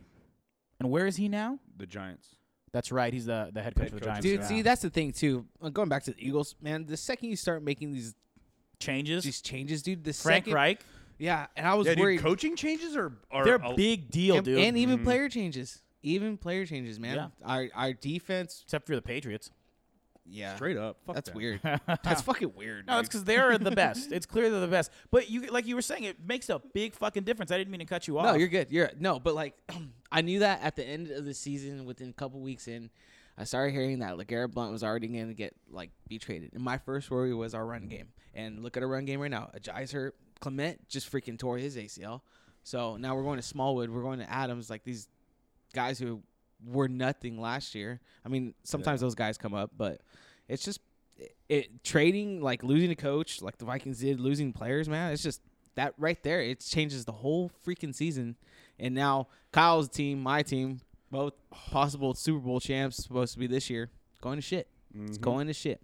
D: And where is he now?
B: The Giants.
D: That's right. He's the, the head coach of the
B: coach
D: Giants.
A: Dude,
D: now.
A: see, that's the thing too. Uh, Going back to the Eagles, man, the second you start making these
D: changes.
A: these changes, dude, the
D: Frank
A: second,
D: Reich.
A: yeah, and I was
B: Yeah,
A: worried,
B: dude, coaching changes are are
D: They're
B: a-
D: big deal,
A: and,
D: dude.
A: and even player changes, even player changes, man.
D: Yeah.
A: Our our defense,
D: Except for the Patriots.
A: yeah,
B: straight up. Fuck
A: that's
B: that.
A: weird. that's fucking weird.
D: No,
A: dude.
D: it's because they're the best. It's clear they're the best. But you, like you were saying, it makes a big fucking difference. I didn't mean to cut you off.
A: No, you're good. You're no, but like I knew that at the end of the season, within a couple weeks in, I started hearing that Legarrette Blunt was already going to get like be traded. And my first worry was our run game. And look at our run game right now. Ajay's hurt. Clement just freaking tore his ACL. So now we're going to Smallwood. We're going to Adams. Like these guys who were nothing last year. I mean, sometimes those guys come up, but it's just it, it trading like losing a coach like the Vikings did, losing players, man. It's just that right there. It changes the whole freaking season. And now Kyle's team, my team, both possible Super Bowl champs supposed to be this year, going to shit. It's going to shit.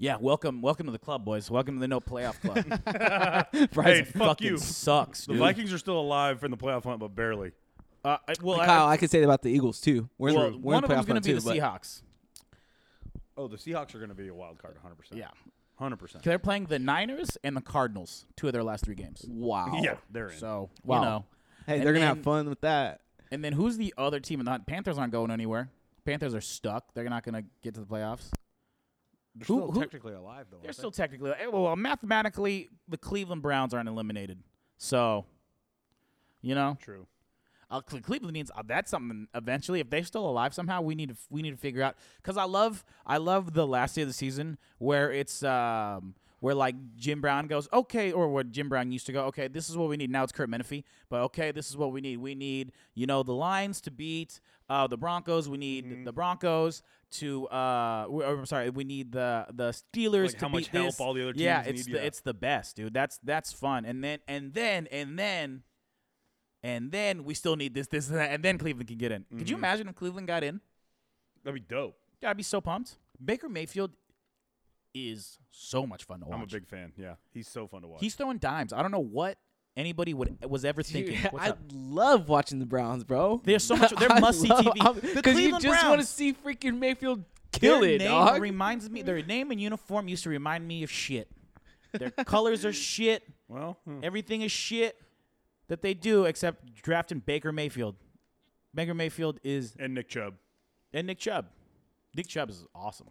D: yeah, welcome, welcome to the club, boys. Welcome to the no playoff club.
B: Hey,
D: It
B: fuck
D: fucking
B: you.
D: sucks,
B: The
D: dude.
B: Vikings are still alive in the playoff hunt, but barely.
D: Uh, I- well, I-
A: Kyle, I could say that about the Eagles too. We're in
D: well,
A: the, we're in
D: one of
A: playoff
D: them's gonna
A: run
D: be
A: too,
D: the
A: but-
D: Seahawks.
B: Oh, the Seahawks are going to be a wild card, 100. percent
D: Yeah.
B: 100. percent
D: 'Cause They're playing the Niners and the Cardinals. Two of their last three games.
A: Wow.
B: Yeah, they're in.
D: So
A: Wow.
D: you know,
A: Hey,
D: And
A: they're gonna
D: then-
A: have fun with that.
D: and then who's the other team in the hunt? Panthers aren't going anywhere. Panthers are stuck. They're not gonna get to the playoffs.
B: they're
D: who-
B: still
D: who-
B: technically alive though.
D: They're still technically eh, well, mathematically, the Cleveland Browns aren't eliminated. So, you know,
B: true.
D: Uh, Cle- Cleveland needs uh, that's something. Eventually, if they're still alive somehow, we need to f- we need to figure out. Cause I love I love the last day of the season where it's um where like Jim Brown goes okay, or where Jim Brown used to go okay, this is what we need. Now it's Kurt Menefee, but okay, this is what we need. We need you know the Lions to beat uh the Broncos. We need
B: Mm-hmm.
D: the Broncos to uh we, or, I'm sorry, we need the the Steelers
B: Like
D: to
B: how
D: beat
B: much help
D: this.
B: all the other
D: yeah,
B: teams
D: it's
B: need,
D: the
B: yeah.
D: it's the best, dude. That's that's fun. And then and then and then and then we still need this, this, and that, and then Cleveland can get in. Could you
B: Mm-hmm.
D: imagine if Cleveland got in?
B: That'd be dope.
D: Yeah, I'd be so pumped. Baker Mayfield is so much fun to watch.
B: I'm a big fan. Yeah, he's so fun to watch.
D: He's throwing dimes. I don't know what anybody would was ever
A: Dude,
D: thinking. What's
A: I
D: up?
A: love watching the Browns, bro.
D: There's so much. They're
A: I
D: must see
A: love-
D: TV.
A: I'm-
D: The
A: you
D: Cleveland
A: just want to
D: Browns.
A: see freaking Mayfield kill
D: their
A: it,
D: name
A: dog.
D: reminds me. Their name and uniform used to remind me of shit. Their colors are shit.
B: Well, hmm.
D: Everything is shit that they do except drafting Baker Mayfield. Baker Mayfield is
B: and Nick Chubb.
D: and Nick Chubb. Nick Chubb is awesome.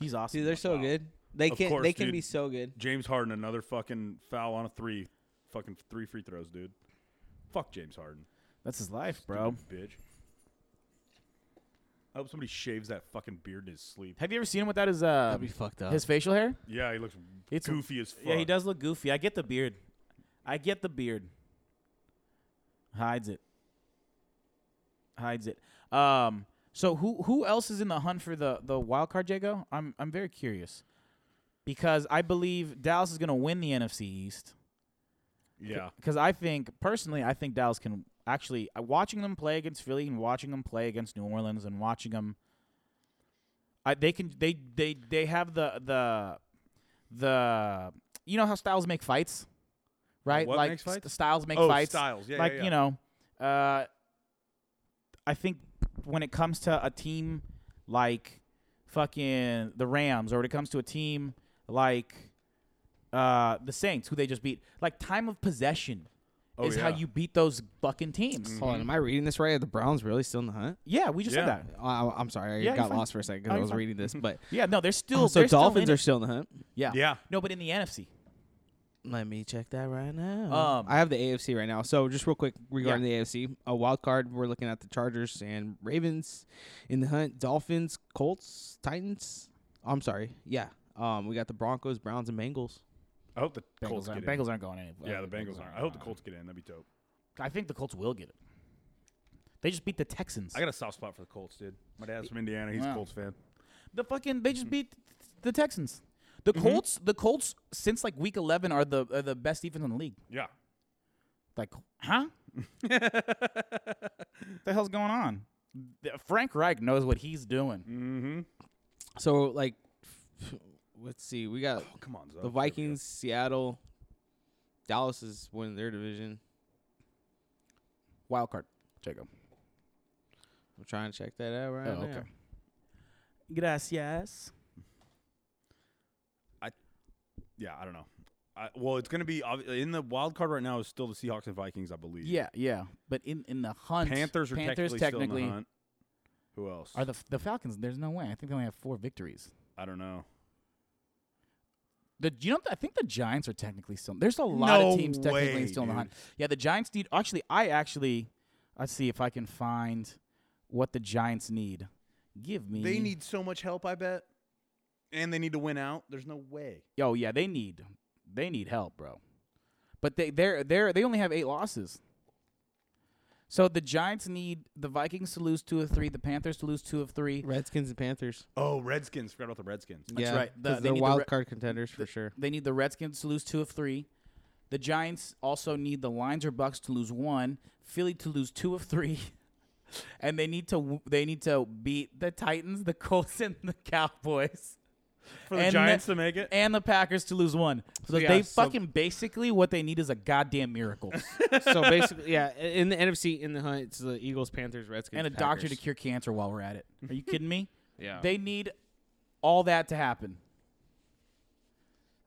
D: He's awesome.
A: Dude, they're so good. They
B: Of
A: can
B: course,
A: they can
B: dude.
A: be so good.
B: James Harden, another fucking foul on a three, fucking three free throws, dude. Fuck James Harden,
D: That's his life, bro.
B: bitch. I hope somebody shaves that fucking beard in his sleep.
D: Have you ever seen him without his uh
A: That'd be fucked up.
D: his facial hair?
B: Yeah, he looks
D: It's-
B: goofy as fuck.
D: Yeah, he does look goofy. I get the beard. I get the beard. Hides it. Hides it. Um. So who who else is in the hunt for the the wild card, Jago? I'm I'm very curious because I believe Dallas is going to win the NFC East.
B: Yeah,
D: Because I think personally, I think Dallas can actually uh, watching them play against Philly and watching them play against New Orleans and watching them. I they can they they they have the the the you know how styles make fights, right?
B: what
D: like
B: makes fights?
D: st- styles make
B: oh
D: fights.
B: Styles. Yeah, yeah,
D: like
B: yeah.
D: you know, uh, I think when it comes to a team like fucking the Rams, or when it comes to a team like uh, the Saints, who they just beat, like time of possession is how
B: Oh, yeah. Mm.
D: you beat those fucking teams.
B: Mm-hmm.
A: Hold on, am I reading this right? Are the Browns really still in the hunt?
D: Yeah, we just
B: Yeah.
D: said that.
A: Oh, I, am sorry, I
D: Yeah, you're
A: got
D: fine.
A: lost for a second
D: Oh,
A: because I
D: you're
A: was
D: fine.
A: reading this. But
D: Yeah, no, they're still.
A: Um, so
D: they're still
A: Dolphins
D: in
A: are
D: it.
A: still in the hunt.
D: Yeah.
B: Yeah.
D: No, but in the NFC.
A: Let me check that right now.
D: Um,
A: I have the AFC right now. So just real quick regarding the AFC, a wild card. We're looking at the Chargers and Ravens in the hunt. Dolphins, Colts, Titans. I'm sorry. Yeah. Um, we got the Broncos, Browns, and Bengals.
B: I hope the Colts
D: Bengals
B: get
D: aren't,
B: in.
D: Bengals aren't going anywhere.
B: Yeah, the Bengals aren't. I hope the Colts get in. That'd be dope.
D: I think the Colts will get it. They just beat the Texans.
B: I got a soft spot for the Colts, dude. My dad's from Indiana. He's
D: Wow.
B: a Colts fan.
D: The fucking they
B: Mm-hmm.
D: just beat the Texans. The Colts, the Colts since like week 11 are the are the best defense in the league.
B: Yeah.
D: Like, huh? the hell's going on? The- Frank Reich knows what he's doing.
B: Mm-hmm.
A: So like, let's see. We got
B: Come on, Zoe.
A: the Vikings, Seattle, Dallas is winning their division.
D: Wild card. Jacob.
A: I'm trying to check that out right
D: Oh,
A: now.
D: okay. Gracias.
B: Yeah, I don't know. I, well, it's going to be obvi- in the wild card right now is still the Seahawks and Vikings, I believe.
D: Yeah, yeah. But in, in the hunt
B: Panthers are
D: Panthers
B: technically, still
D: technically
B: in the hunt. Who else?
D: are the the Falcons. There's no way. I think they only have four victories.
B: I don't know.
D: The you know I think the Giants are technically still. There's a lot
B: No
D: of teams technically
B: way,
D: still in the hunt.
B: dude.
D: Yeah, the Giants need. Actually, I actually let's see if I can find what the Giants need. Give me.
B: They need so much help, I bet. And they need to win out. There's no way.
D: Oh yeah, they need. They need help, bro. But they they're they're they only have eight losses. So the Giants need the Vikings to lose two of three, the Panthers to lose two of three.
A: Redskins and Panthers.
B: Oh, Redskins. Forgot about the Redskins.
A: yeah,
D: right. The-
A: 'cause
D: they
A: they're
D: need the
A: wild
D: Re-
A: card contenders for sure.
D: They need the Redskins to lose two of three. The Giants also need the Lions or Bucks to lose one, Philly to lose two of three, and they need to w- they need to beat the Titans, the Colts, and the Cowboys,
B: For the
D: And
B: Giants
D: the-
B: to make it.
D: and the Packers to lose one. So
A: yeah,
D: they
A: so-
D: fucking basically what they need is a goddamn miracle
A: so basically, yeah, i- in the NFC in the hunt, it's the Eagles, Panthers, Redskins,
D: and a doctor to
A: Packers.
D: cure cancer while we're at it. Are you kidding me?
A: Yeah,
D: They need all that to happen.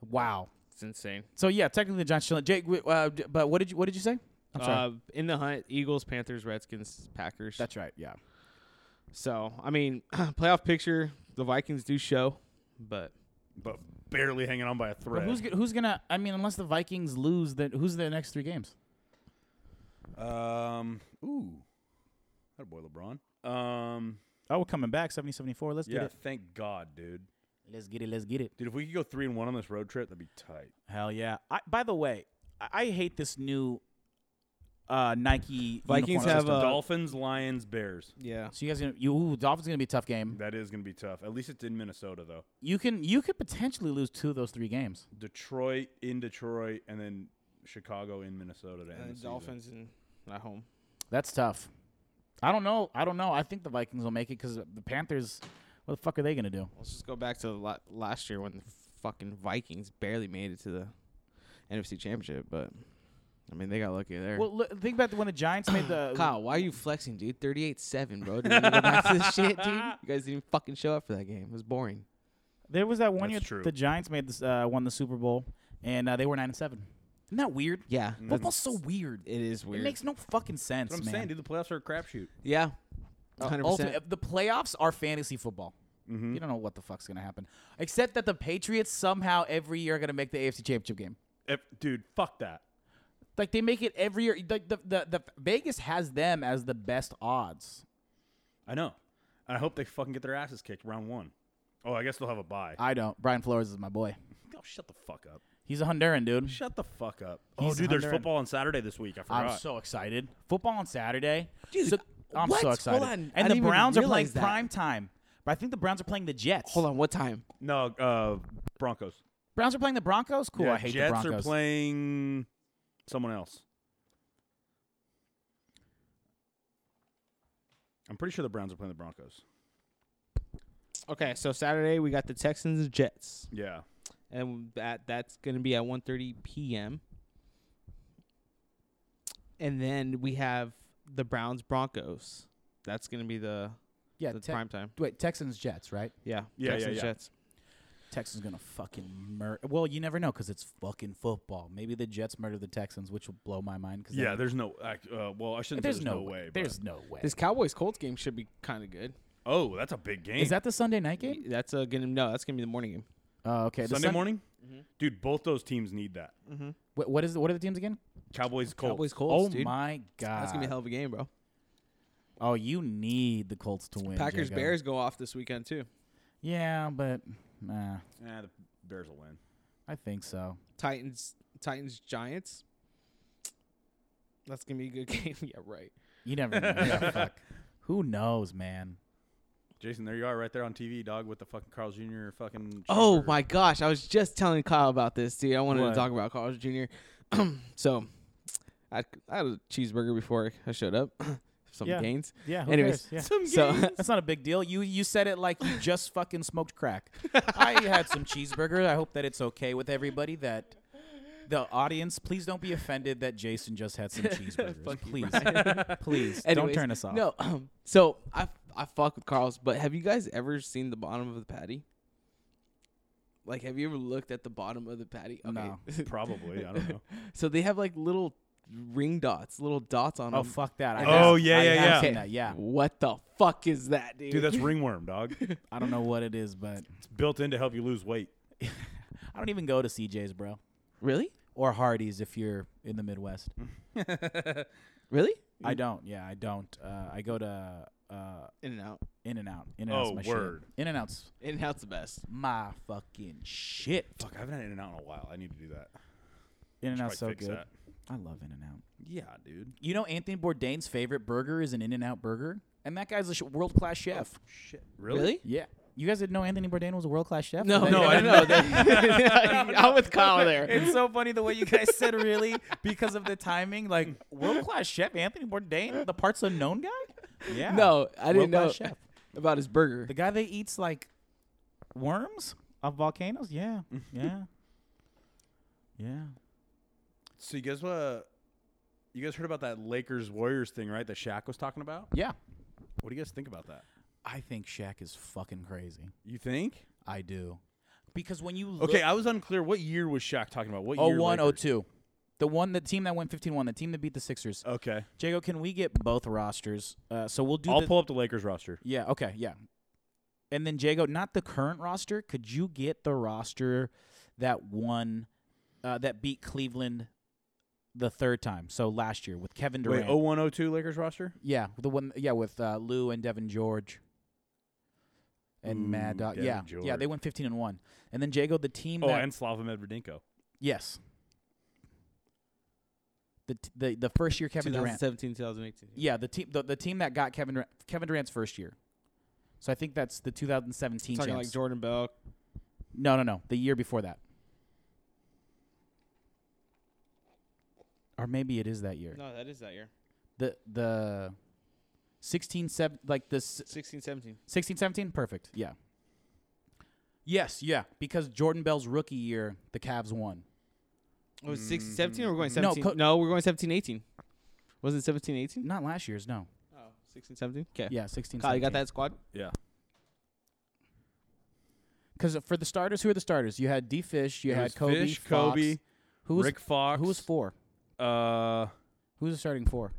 D: Wow.
A: it's insane.
D: So yeah, technically the Giants chilling. Jake, w- uh, d- but what did you what did you say? I'm sorry.
A: Uh, in the hunt, Eagles, Panthers, Redskins, Packers.
D: That's right. Yeah.
A: so I mean, playoff picture, the Vikings do show, but
B: But barely hanging on by a
D: But
B: thread.
D: who's go- who's gonna? I mean, unless the Vikings lose, then who's their next three games?
B: um, ooh. That boy LeBron. Um,
D: Oh, we're coming back. 70 74. Let's
B: yeah, thank God, dude.
D: Let's get it. Let's get it.
B: Dude, if we could go three and one on this road trip, that'd be tight.
D: Hell yeah. I, by the way, I, I hate this new uh, Nike
A: Vikings
D: uniform
A: have
D: system.
A: Uh,
B: Dolphins, Lions, Bears.
A: yeah,
D: so you guys gonna you ooh, Dolphins gonna be a tough game.
B: That is gonna be tough. At least it's in Minnesota though.
D: You can you could potentially lose two of those three games.
B: Detroit in Detroit, and then Chicago in Minnesota to end the
A: and
B: season.
A: Dolphins and at home.
D: That's tough. I don't know. I don't know. I think the Vikings will make it because the Panthers. What the fuck are they gonna do?
A: Let's just go back to la- last year when the fucking Vikings barely made it to the NFC Championship, but I mean they got lucky there.
D: Well, look, think about when the Giants made the
A: Kyle, why are you flexing, dude? Thirty-eight-seven, bro. Do we need to go back to this shit, dude? You guys didn't fucking show up for that game. It was boring.
D: There was that one
B: That's
D: year
B: true.
D: the Giants made this, uh, won the Super Bowl, and uh, they were nine and seven. Isn't that weird?
A: Yeah,
D: football's so weird.
A: it is weird.
D: It makes no fucking
B: Mm.
D: sense,
B: That's what I'm
D: man.
B: saying, dude. The playoffs are a crapshoot.
A: yeah, hundred
D: Ultimate-
A: percent.
D: the playoffs are fantasy football.
B: Mm-hmm.
D: You don't know what the fuck's gonna happen, except that the Patriots somehow every year are gonna make the AFC Championship game.
B: If- dude, fuck that.
D: Like they make it every year. Like the, the, the Vegas has them as the best odds.
B: I know. And I hope they fucking get their asses kicked round one. Oh, I guess they'll have a bye.
D: I don't. Brian Flores is my boy.
B: oh, shut the fuck up.
D: He's a Honduran dude.
B: Shut the fuck up.
D: He's
B: oh, dude, there's
D: Honduran.
B: football on Saturday this week. I forgot.
D: I'm so excited. Football on Saturday.
A: Dude,
D: So- I'm
A: what?
D: so
A: Hold
D: excited.
A: on. I
D: And
A: didn't
D: the
A: even
D: Browns are playing
A: realize that.
D: prime time. But I think the Browns are playing the Jets.
A: Hold on, what time?
B: no, uh, Broncos.
D: Browns are playing the Broncos. Cool.
B: Yeah,
D: I hate
B: Jets
D: the Broncos.
B: are playing someone else. I'm pretty sure the Browns are playing the Broncos.
A: Okay, so Saturday we got the Texans and Jets,
B: Yeah.
A: and that that's gonna be at 1.30 p.m. And then we have the Browns Broncos. That's gonna be the
D: yeah,
A: the
D: Te-
A: prime time.
D: Wait, Texans Jets, right?
A: Yeah,
B: Yeah, yeah,
A: Texans
B: yeah.
A: Jets.
D: Texans gonna fucking murder. Well, you never know because it's fucking football. Maybe the Jets murder the Texans, which will blow my mind. Cause
B: Yeah,
D: that-
B: there's no. I- Uh, well, I shouldn't.
D: there's,
B: say
D: no,
B: way.
D: way.
B: but-
D: There's no way.
A: This Cowboys Colts game should be kind of good.
B: oh, that's a big game.
D: Is that the Sunday night game?
A: That's uh, gonna no, that's gonna be the morning game.
D: Oh, okay. The
B: Sunday
D: Sun-
B: morning? Dude, both those teams need that.
D: Wh- what is? What are the teams again?
B: Cowboys, Colts.
A: Cowboys Colts,
D: oh
A: dude.
D: my god.
A: That's gonna be a hell of a game, bro.
D: Oh, you need the Colts to win.
A: Packers
D: Jago.
A: Bears go off this weekend too.
D: Yeah, but nah,
B: Nah, the Bears will win.
D: I think so.
A: Titans Titans Giants. That's gonna be a good game. yeah, right.
D: You never know. Fuck. Who knows, man?
B: Jason, there you are, right there on TV, dog, with the fucking Carl's Jr. fucking.
A: Oh
B: Schomburg.
A: my gosh, I was just telling Kyle about this, dude. I wanted to talk about Carl's Jr. so, I, I had a cheeseburger before I showed up. Some
D: Yeah.
A: gains.
D: Yeah. Who
A: Anyways,
D: cares? Yeah.
A: some so
D: That's not a big deal. You you said it like you just fucking smoked crack. I had some cheeseburger. I hope that it's okay with everybody that the audience. Please don't be offended that Jason just had some cheeseburgers. please, please don't
A: anyways,
D: turn us off.
A: No, so I I fuck with Carl's, but have you guys ever seen the bottom of the patty? Like, have you ever looked at the bottom of the patty? Okay.
D: No.
B: Probably. I don't know.
A: So they have like little ring dots, little dots on
D: Oh
A: them.
D: fuck that! I
A: And
D: have-
B: Oh, yeah,
D: I
B: yeah,
D: have
B: yeah.
D: seen that, yeah.
A: What the fuck is that, dude?
B: Dude, that's ringworm, dog.
D: I don't know what it is, but
B: It's built in to help you lose weight.
D: I don't even go to CJ's, bro,
A: really,
D: or Hardee's if you're in the Midwest.
A: really.
D: I don't. Yeah, I don't. Uh, I go to uh,
A: In and out.
D: In and Out. In and Out's
B: Oh,
D: my
B: word.
D: shit. In and Out's
A: In and out's the best.
D: my fucking shit.
B: Fuck, I haven't had In and Out in a while. I need to do that.
D: In and
B: Should
D: Out's so
B: probably
D: good.
B: fix that.
D: I love In and Out.
B: Yeah, dude.
D: You know Anthony Bourdain's favorite burger is an In and Out burger, and that guy's a sh- world class chef.
B: Oh, Shit. Really?
D: Yeah. You guys didn't know Anthony Bourdain was a world class chef?
A: No,
D: That-
A: no, I
D: that-
A: know. I'm with Kyle there.
D: It's so funny the way you guys said really because of the timing. Like world class chef Anthony Bourdain, the parts unknown guy. Yeah.
A: No, I didn't know
D: World-class chef.
A: about his burger.
D: The guy that eats like worms of volcanoes. Yeah. Yeah. yeah.
B: So you guys what? You guys heard about that Lakers Warriors thing, right? That Shaq was talking about.
D: Yeah.
B: What do you guys think about that?
D: I think Shaq is fucking crazy.
B: You think?
D: I do. Because when you look
B: Okay, I was unclear. What year was Shaq talking about? What
D: Oh
B: year?
D: one, oh
B: Lakers?
D: two. The one, the team that went 15-1, the team that beat the Sixers.
B: Okay,
D: Jago, can we get both rosters? Uh, so we'll do.
B: I'll
D: the,
B: pull up the Lakers roster.
D: Yeah. Okay. Yeah. And then Jago, not the current roster. Could you get the roster that won, uh, that beat Cleveland the third time? So last year with Kevin Durant.
B: Wait, oh one, oh two Lakers roster.
D: Yeah, the one. Yeah, with uh, Lou and Devin George. And Mad
B: Ooh,
D: Dog.
B: Devin
D: Yeah. Yeah. They
B: George.
D: went fifteen and one. And then Jago, the team.
B: Oh,
D: that,
B: and Slava Medvedinko.
D: yes. The, t- the the first year Kevin Durant.
A: 2017, 2018.
D: Yeah, the team the, the team that got Kevin Durant, Kevin Durant's first year. So I think that's the 2017
A: Talking
D: champs.
A: like Jordan Bell.
D: no, no, no. The year before that. Or maybe it is that year.
A: No, that is that year.
D: The the 16 sev- like the s-
A: 16, 17.
D: 16 17 perfect. Yeah. Yes, yeah, because Jordan Bell's rookie year, the Cavs won.
A: Oh, It was 16, 17 or we're going
D: No,
A: 17? No,
D: co-
A: we're going 17, 18. Was it 17, 18?
D: Not last year's, no.
A: Oh, 16, 17? Okay.
D: Yeah, 16
A: Kyle, you got
D: 17.
A: that squad?
B: Yeah.
D: Because for the starters, who are the starters? You had D Fish, you
B: It
D: had
B: was
D: Kobe,
B: Fish,
D: Fox.
B: Kobe,
D: who was
B: Rick Fox.
D: who was four?
B: uh,
D: Who was the starting four?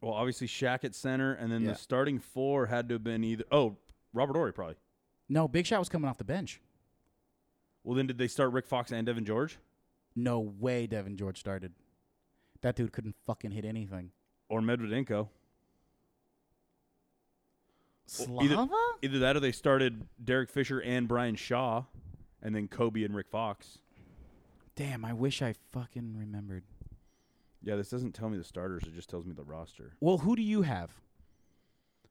B: well, obviously Shaq at center, and then
A: Yeah.
B: the starting four had to have been either. Oh, Robert Ory probably.
D: No, Big Shot was coming off the bench.
B: Well, then did they start Rick Fox and Devin George
D: No way, Devin George started. That dude couldn't fucking hit anything.
B: or Medvedenko?
D: Slava?
B: either- Either that or they started Derek Fisher and Brian Shaw, and then Kobe and Rick Fox.
D: Damn, I wish I fucking remembered.
B: Yeah, this doesn't tell me the starters. It just tells me the roster.
D: Well, who do you have?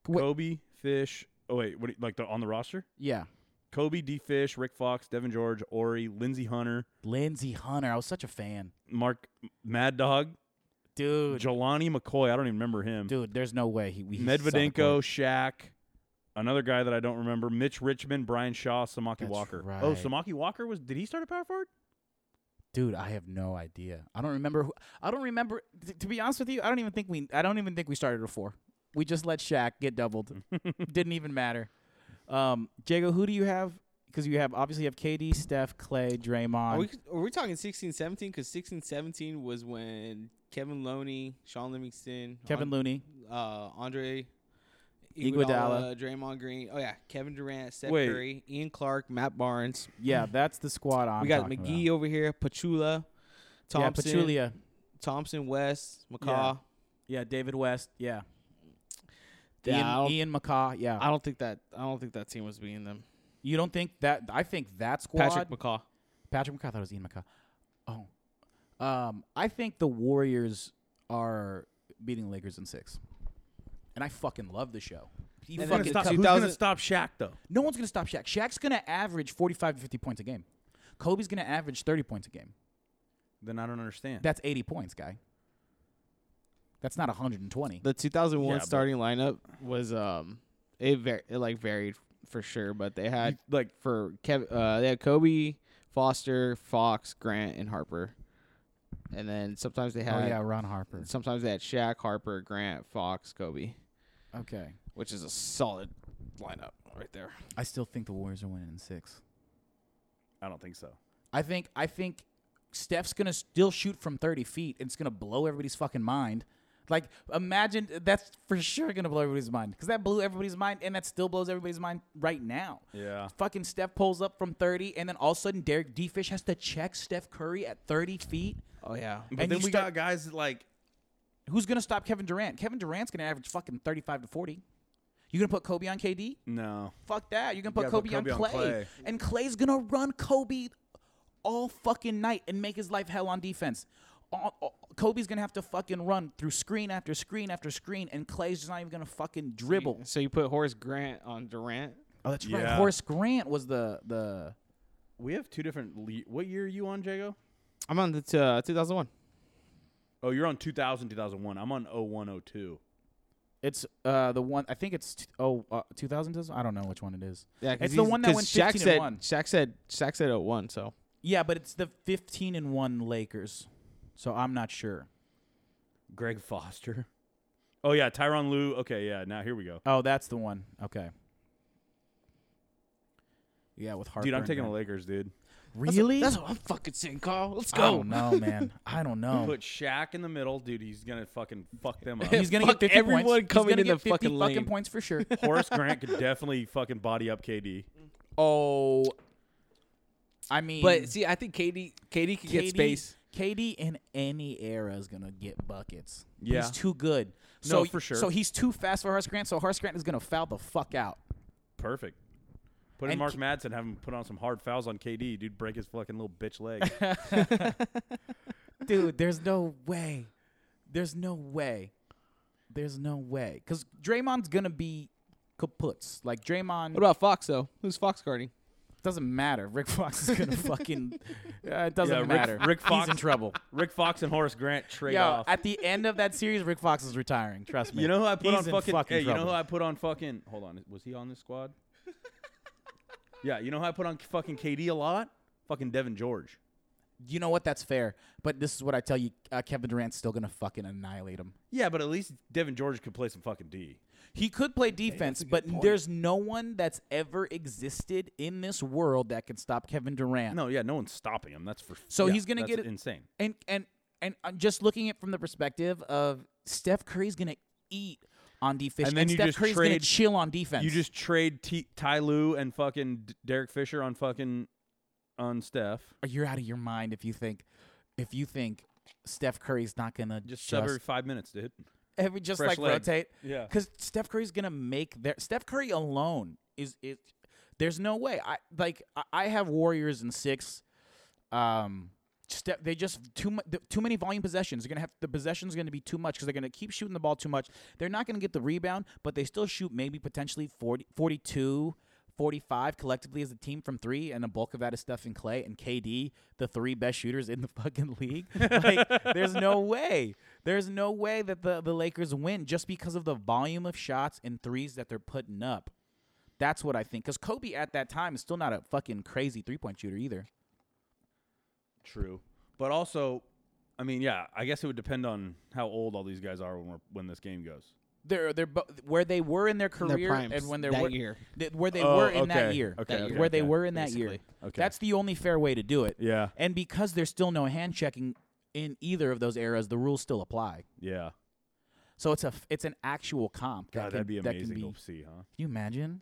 D: Wait.
B: Kobe, Fish. Oh wait, what? do you- Like the on the roster?
D: Yeah,
B: Kobe, D. Fish, Rick Fox, Devin George, Ori, Lindsey Hunter,
D: Lindsey Hunter. I was such a fan,
B: Mark Mad Dog,
D: dude.
B: Jelani McCoy. I don't even remember him.
D: Dude, there's no way he. we he
B: Mm. Medvedenko, Shaq, another guy that I don't remember. Mitch Richmond, Brian Shaw, Samaki
D: That's
B: Walker. Oh,
D: right.
B: Samaki Walker was. Did he start a power forward?
D: Dude, I have no idea. I don't remember. Who, I don't remember. t- to be honest with you, I don't even think we. I don't even think we started a four. We just let Shaq get doubled. Didn't even matter. Um, Jago, who do you have? Because you have obviously you have KD, Steph, Clay, Draymond.
A: Are we, are we talking 16 17? Because 16 17 was when Kevin Loney, Sean Livingston,
D: Kevin
A: An-
D: Looney.
A: uh, Andre
D: Iguodala.
A: Iguodala, Draymond Green. Oh, yeah. Kevin Durant, Steph
B: Wait.
A: Curry, Ian Clark, Matt Barnes.
D: Yeah, that's the squad. I'm
A: we got
D: talking
A: McGee over here, Pachula,
D: About.
A: Thompson,
D: Yeah, Pachulia.
A: Thompson, West, McCaw.
D: Yeah, David West. Yeah.
A: Yeah, I
D: Ian,
A: don't-
D: Ian McCaw. Yeah.
A: I don't think that I don't think that team was beating them.
D: you don't think that? I think that squad.
A: Patrick McCaw.
D: Patrick McCaw. I thought it was Ian McCaw. Oh, um, I think the Warriors are beating the Lakers in six, and I fucking love the show. He
A: And then
D: fucking
A: it's not-
D: co-
A: who's gonna
B: stop Shaq though?
D: no one's gonna stop Shaq. Shaq's gonna average forty-five to fifty points a game. Kobe's gonna average thirty points a game.
B: Then I don't understand.
D: That's eighty points, guy. That's not one hundred and twenty.
A: The 2001
B: Yeah, but-
A: starting lineup was um it var- it like varied for sure, but they had
B: like
A: for Kevin uh they had Kobe, Foster, Fox, Grant, and Harper. And then sometimes they
D: Oh
A: had
D: yeah, Ron Harper.
A: sometimes they had Shaq, Harper, Grant, Fox, Kobe,
D: Okay,
A: which is a solid lineup right there.
D: I still think the Warriors are winning in six.
B: I don't think so.
D: I think I think Steph's gonna still shoot from thirty feet, and it's gonna blow everybody's fucking mind. Like, imagine that's for sure gonna blow everybody's mind because that blew everybody's mind, and that still blows everybody's mind right now.
B: Yeah.
D: Fucking Steph pulls up from thirty, and then all of a sudden Derek D Fish has to check Steph Curry at thirty feet.
A: Oh yeah.
B: But
D: And
B: then
D: you
B: we got
D: start-
B: guys that, like
D: Who's gonna stop Kevin Durant? Kevin Durant's gonna average fucking thirty-five to forty. You gonna put Kobe on KD?
B: no.
D: Fuck that. You're going to put
B: gotta
D: Kobe,
B: put
D: on,
B: Kobe
D: Clay.
B: on Clay.
D: And Clay's going to run Kobe all fucking night and make his life hell on defense. All, all- Kobe's going to have to fucking run through screen after screen after screen, and Clay's just not even going to fucking dribble.
A: So you put Horace Grant on Durant.
D: Oh, that's
B: Yeah.
D: Horace Grant was the. the
B: We have two different. Le- what year are you on, Jago?
A: I'm on the t- uh, 2001.
B: Oh, you're on 2000, 2001. I'm on 01, 02.
D: it's uh the one I think it's t- oh uh, 2000 is- I don't know which one it is.
A: Yeah,
D: It's the
A: he's-
D: one that
A: 'cause
D: went
A: Shaq
D: 15 and
A: said,
D: one.
A: Shaq said Shaq said 01, so
D: Yeah, but it's the 15 and 1 Lakers. So I'm not sure.
B: Greg Foster. Oh yeah, Tyron Lue. Okay, yeah. Now here we go.
D: Oh, that's the one. Okay. Yeah, with Harper.
B: Dude, I'm
D: and
B: taking the
D: Grant.
B: Lakers, dude.
D: Really?
A: That's what I'm fucking saying, Carl. Let's
D: I
A: go.
D: don't know, man. I don't know.
B: Put Shaq in the middle, dude. He's gonna fucking fuck them up.
D: He's gonna
A: Fuck
D: get 50
A: everyone
D: points.
A: coming
D: He's gonna
A: in
D: get
A: the
D: 50
A: fucking lane.
D: points for sure.
B: Horace Grant could definitely fucking body up KD.
D: oh, I mean,
A: But see, I think KD KD could get space.
D: KD in any era is gonna get buckets.
B: Yeah.
D: he's too good. So,
B: No, for sure.
D: So he's too fast for Horace Grant. So Horace Grant is gonna foul the fuck out.
B: Perfect. Put in
D: And
B: Mark
D: K-
B: Madsen, have him put on some hard fouls on KD, dude. Break his fucking little bitch leg.
D: dude. There's no way. There's no way. There's no way. Cause Draymond's gonna be kaputs. Like Draymond
A: What about Fox though? Who's Fox guarding?
D: doesn't matter. Rick Fox is gonna fucking. Uh, it doesn't
B: Yeah, Rick-
D: matter.
B: Rick Fox-
D: He's in trouble.
B: Rick Fox and Horace Grant trade
D: Yo,
B: off.
D: at the end of that series, Rick Fox is retiring. Trust me.
B: you know who I put
D: He's
B: on
D: in
B: fucking?
D: fucking
B: hey, you know
D: trouble.
B: who I put on fucking? Hold on, was he on this squad? yeah, you know who I put on fucking KD a lot? Fucking Devin George.
D: You know what? That's fair. But this is what I tell you: uh, Kevin Durant's still gonna fucking annihilate him.
B: Yeah, but at least Devin George could play some fucking D.
D: He could play defense, but there's no one that's ever existed in this world that can stop Kevin Durant.
B: No, yeah, no one's stopping him. That's for
D: So
B: yeah,
D: he's gonna
B: that's
D: get it-
B: insane.
D: And and and I'm just looking at it from the perspective of Steph Curry's gonna eat on defense,
B: And then you
D: Steph
B: just
D: Curry's gonna
B: trade-
D: chill on defense.
B: You just trade T- Ty Lue and fucking D- Derek Fisher on fucking on Steph.
D: you're out of your mind if you think if you think Steph Curry's not gonna
B: Just,
D: just,
B: sub every five minutes, dude.
D: every just
B: fresh
D: like
B: leg.
D: rotate.
B: Yeah.
D: because Steph Curry's gonna make their Steph Curry alone is it. There's no way. I like I- I have Warriors in six. Um, step they just too much too many volume possessions. They're gonna have the possessions gonna be too much because they're gonna keep shooting the ball too much. They're not gonna get the rebound, but they still shoot maybe potentially 40, 42, 45 collectively as a team from three, and the bulk of that is Steph and Clay and KD, the three best shooters in the fucking league. like, there's no way. There's no way that the, the Lakers win just because of the volume of shots and threes that they're putting up. That's what I think. Because Kobe at that time is still not a fucking crazy three point shooter either.
B: True, but also, I mean, yeah, I guess it would depend on how old all these guys are when we're, when this game goes.
D: They're, they're bo- where they were in their
A: their
D: career
A: primes
D: and when they
A: that
D: were
A: year.
D: th- where they
B: Oh,
D: were in that
B: okay.
D: year,
B: Okay,
D: That
B: okay,
D: year. where they
B: okay.
D: were in that year.
B: Okay.
D: That's the only fair way to do it.
B: Yeah,
D: And because there's still no hand checking in either of those eras, the rules still apply.
B: yeah.
D: So it's a f- it's an actual comp.
B: God,
D: that
B: that'd
D: can,
B: be
D: that can
B: amazing
D: be-
B: to see, huh?
D: Can you imagine?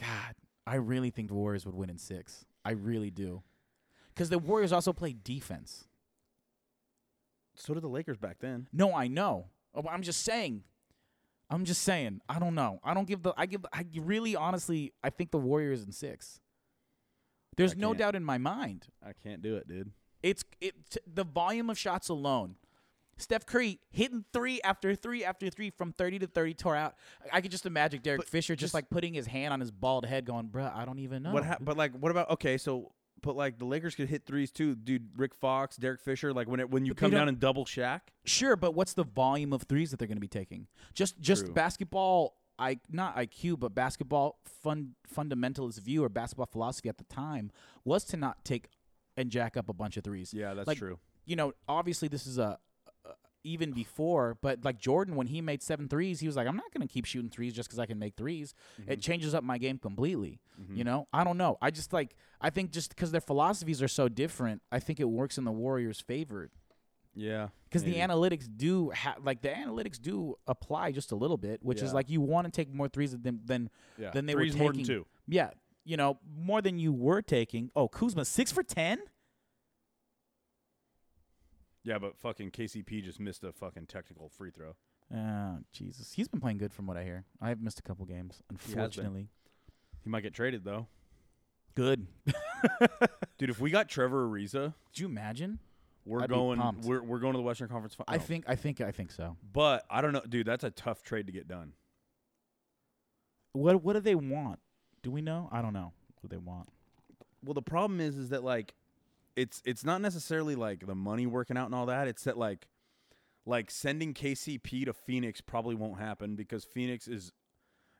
D: God, I really think the Warriors would win in six. I really do. Because the Warriors also play defense.
B: So did the Lakers back then.
D: No, I know. Oh, but I'm just saying. I'm just saying. I don't know. I don't give the. I give. I really, honestly, I think the Warriors in six. There's
B: I
D: no
B: can't.
D: doubt in my mind.
B: I can't do it, dude.
D: It's it t- the volume of shots alone. Steph Curry hitting three after three after three from 30 to 30 tore out. I- I could just imagine Derek Fisher just,
B: just-
D: like putting his hand on his bald head going, bruh, I don't even know.
B: What? hap but like, what about? Okay, so but like the Lakers could hit threes too, dude. Rick Fox, Derek Fisher. Like when it when you
D: But they
B: come
D: don't-
B: down and double Shaq.
D: sure, but what's the volume of threes that they're going to be taking? Just just
B: True.
D: basketball I not IQ, but basketball fun fundamentalist view or basketball philosophy at the time was to not take and jack up a bunch of threes.
B: Yeah, that's
D: Like,
B: true.
D: you know, obviously this is a a- even before, but like Jordan, when he made seven threes, he was like, "I'm not going to keep shooting threes just because I can make 3s
B: Mm-hmm.
D: It changes up my game completely. You know, I don't know. I just like I think just because their philosophies are so different, I think it works in the Warriors' favor
B: Yeah,
D: because the
B: maybe.
D: analytics do ha- like the analytics do apply just a little bit, which is
B: Yeah.
D: like you want to take more threes than than
B: Yeah.
D: than they
B: Threes
D: were
B: more than
D: taking.
B: two.
D: Yeah, you know more than you were taking. Oh, Kuzma six for ten.
B: yeah, but fucking KCP just missed a fucking technical free throw.
D: Oh, Jesus. He's been playing good from what I hear. I've missed a couple games,
B: been.
D: unfortunately.
B: He might get traded though,
D: Good.
B: dude. If we got Trevor Ariza,
D: Could you imagine?
B: we're
D: I'd be
B: going.
D: pumped.
B: We're we're going to the Western Conference. Fin-
D: I
B: no.
D: think I think I think so.
B: but I don't know, dude. That's a tough trade to get done.
D: What what do they want? Do we know? I don't know what they want.
B: Well, the problem is, is that like, it's it's not necessarily like the money working out and all that. It's that like, like sending KCP to Phoenix probably won't happen because Phoenix is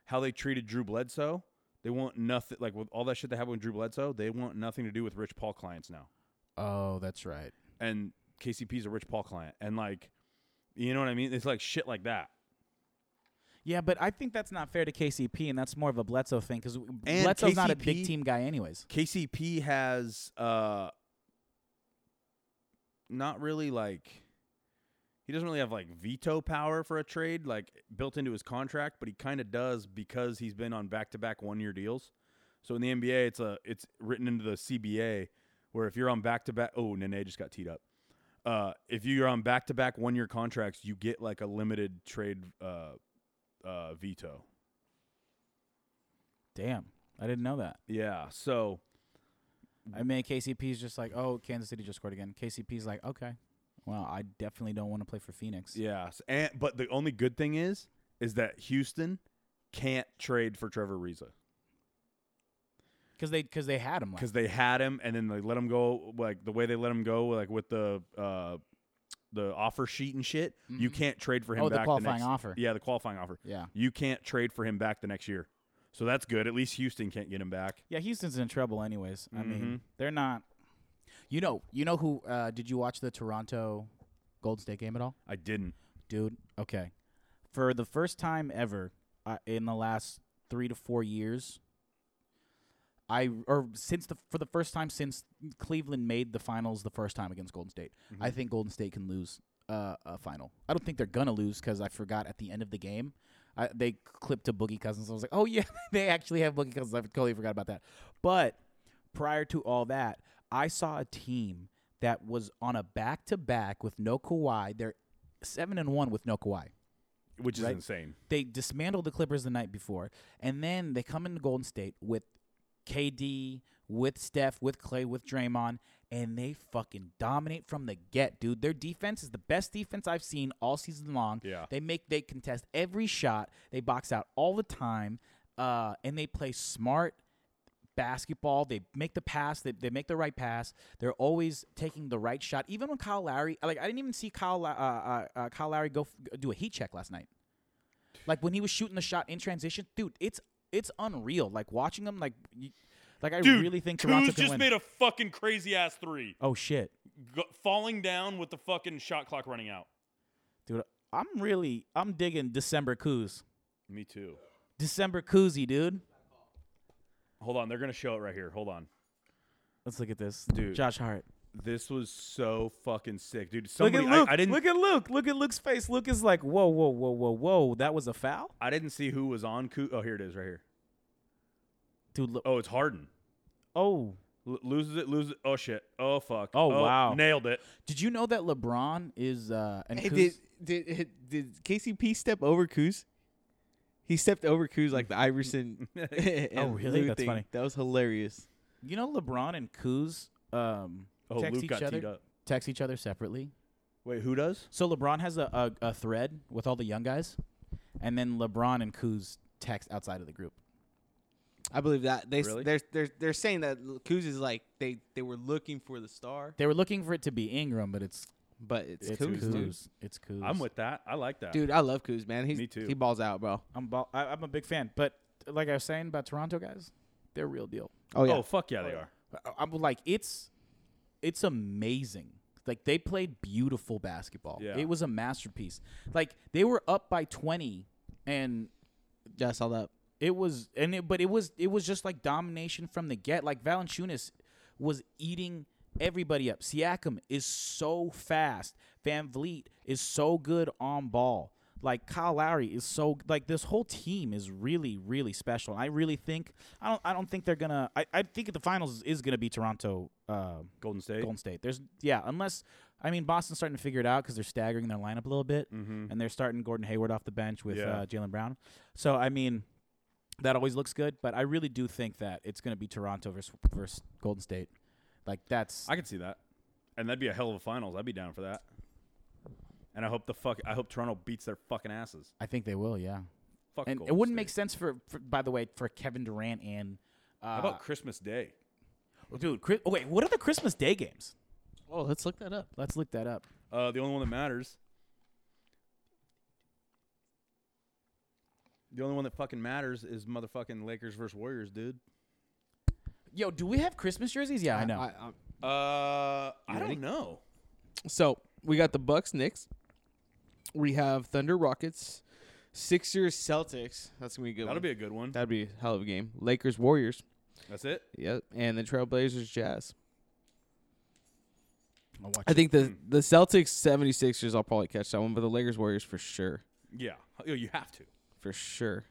B: how they treated Drew Bledsoe. They want nothing like with all that shit that happened with Drew Bledsoe. They want nothing to do with Rich Paul clients now.
D: Oh, that's right.
B: And KCP's a Rich Paul client, and like, you know what I mean? It's like shit like that.
D: Yeah, but I think that's not fair to KCP, and that's more of a Bledsoe thing because
B: And
D: Bledsoe's not a big
B: KCP
D: team guy, anyways.
B: KCP has uh not really like he doesn't really have like veto power for a trade like built into his contract, but he kind of does because he's been on back-to-back one-year deals. So in the NBA, it's a it's written into the CBA where if you're on back-to-back oh, Nene just got teed up. Uh if you're on back-to-back one-year contracts, you get like a limited trade uh uh veto.
D: Damn, I didn't know that.
B: Yeah. So
D: I mean, KCP's just like, oh, Kansas City just scored again. KCP's like, okay, well, I definitely don't want to play for Phoenix.
B: Yeah, s- and but the only good thing is is that Houston can't trade for Trevor Ariza
D: because they because they had him. Last.
B: because they had him and then they let him go like the way they let him go like with the uh the offer sheet and shit. You can't trade for him.
D: Oh, the
B: back
D: qualifying
B: next-
D: offer.
B: Yeah, the qualifying offer.
D: Yeah.
B: you can't trade for him back the next year. So that's good. At least Houston can't get him back. Mm-hmm.
D: Yeah, Houston's in trouble anyways. I mean, they're not. You know, you know who? Uh, did you watch the Toronto Golden State game at all,
B: I didn't.
D: dude? Okay, for the first time ever uh, in the last three to four years, I or since the for the first time since Cleveland made the finals the first time against Golden State, I think Golden State can lose uh, a final. I don't think they're gonna lose because I forgot at the end of the game. I, they clipped to Boogie Cousins. I was like, oh yeah, they actually have Boogie Cousins. I totally forgot about that. But prior to all that, I saw a team that was on a back to back with no Kawhi. They're seven and one with no Kawhi
B: Which is
D: Right.
B: insane.
D: they dismantled the Clippers the night before, and then they come into Golden State with KD, with Steph, with Clay, with Draymond, and they fucking dominate from the get, dude. Their defense is the best defense I've seen all season long.
B: Yeah.
D: They make they contest every shot. They box out all the time. Uh, and they play smart basketball. They make the pass. They, they make the right pass. They're always taking the right shot. Even when Kyle Lowry, like I didn't even see Kyle Low- uh, uh, uh, Kyle Lowry go f- do a heat check last night. Like when he was shooting the shot in transition, dude, it's it's unreal. Like watching him, like, you, like I
F: Dude,
D: really think Toronto
F: Kuz
D: can
F: just
D: win.
F: made a fucking crazy ass three,
D: oh shit,
F: Go- falling down with the fucking shot clock running out.
D: dude, I'm really I'm digging December Coos,
B: Me too.
D: December Cousy, dude.
F: Hold on, they're gonna show it right here. Hold on.
D: Let's look at this,
B: Dude.
D: Josh Hart.
B: This was so fucking sick, dude.
D: Look
B: Somebody,
D: at Luke.
B: I, I didn't,
D: Look at Luke. Look at Luke's face. Luke is like, whoa, whoa, whoa, whoa, whoa. That was a foul,
B: I didn't see who was on. Coo- oh, here it is, right here.
D: dude. Look.
B: Oh, it's Harden.
D: Oh,
B: L- loses it, loses. Oh shit. Oh fuck.
D: Oh, wow.
B: Nailed it.
D: did you know that LeBron is uh and
A: Hey,
D: Kuz-
A: did did did KCP step over Kuz? He stepped over Kuz like the Iverson. oh,
D: really? That's funny.
A: That was hilarious.
D: you know LeBron and Kuz um
B: Oh,
D: text
B: Luke
D: each
B: got
D: other
B: teed up.
D: text each other separately?
B: Wait, who does?
D: So LeBron has a, a, a thread with all the young guys, and then LeBron and Kuz text outside of the group.
A: I believe that they s-
B: Really?
A: they're they're they're saying that Kuz is like they they were looking for the star,
D: They were looking for it to be Ingram, but it's
A: but it's,
D: it's
A: Kuz,
D: Kuz.
A: dude.
D: It's Kuz.
B: I'm with that. I like that.
A: Dude, I love Kuz, man. He's
B: Me too.
A: He balls out, bro.
D: I'm ball, I, I'm a big fan, but like I was saying about Toronto guys, they're real deal.
A: Oh yeah.
B: Oh fuck yeah, they are.
D: I- I'm like it's it's amazing. Like they played beautiful basketball.
B: Yeah.
D: It was a masterpiece. Like they were up by 20 and
A: yeah, I saw that.
D: It was and it, but it was it was just like domination from the get. Like Valanciunas was eating everybody up. Siakam is so fast. Van Vliet is so good on ball. Like Kyle Lowry is so like this whole team is really really special. I really think I don't I don't think they're gonna I, I think the finals is gonna be Toronto uh,
B: Golden State.
D: Golden State. There's yeah, unless I mean Boston's starting to figure it out because they're staggering their lineup a little bit, and they're starting Gordon Hayward off the bench with
B: Mm-hmm. Yeah.
D: uh, Jalen Brown. So I mean, that always looks good, but I really do think that it's going to be Toronto versus, versus Golden State. Like that's
B: I could see that, and that'd be a hell of a finals. I'd be down for that. And I hope the fuck. I hope Toronto beats their fucking asses.
D: I think they will, yeah.
B: Fuck.
D: And it
B: Golden
D: wouldn't make
B: State.
D: sense for, for by the way for Kevin Durant and uh,
B: How about Christmas Day?
D: dude. Chris, oh, wait, what are the Christmas Day games?
E: Oh, let's look that up.
D: Let's look that up.
B: Uh, the only one that matters. The only one that fucking matters is motherfucking Lakers versus Warriors, dude.
D: Yo, do we have Christmas jerseys? Yeah, I, know.
A: I- um, I-
B: Uh, I don't know.
A: So we got the Bucks, Knicks. We have Thunder, Rockets, Sixers, Celtics. That's gonna be a good.
B: That'll
A: one.
B: be a good one.
A: that'd be a hell of a game. Lakers, Warriors.
B: That's it.
A: Yep, and the Trailblazers, Jazz.
D: I'll watch
A: I think the the Celtics 76ers. I'll probably catch that one, but the Lakers, Warriors for sure,
B: Yeah, Yo, Oh, you have to.
A: for sure.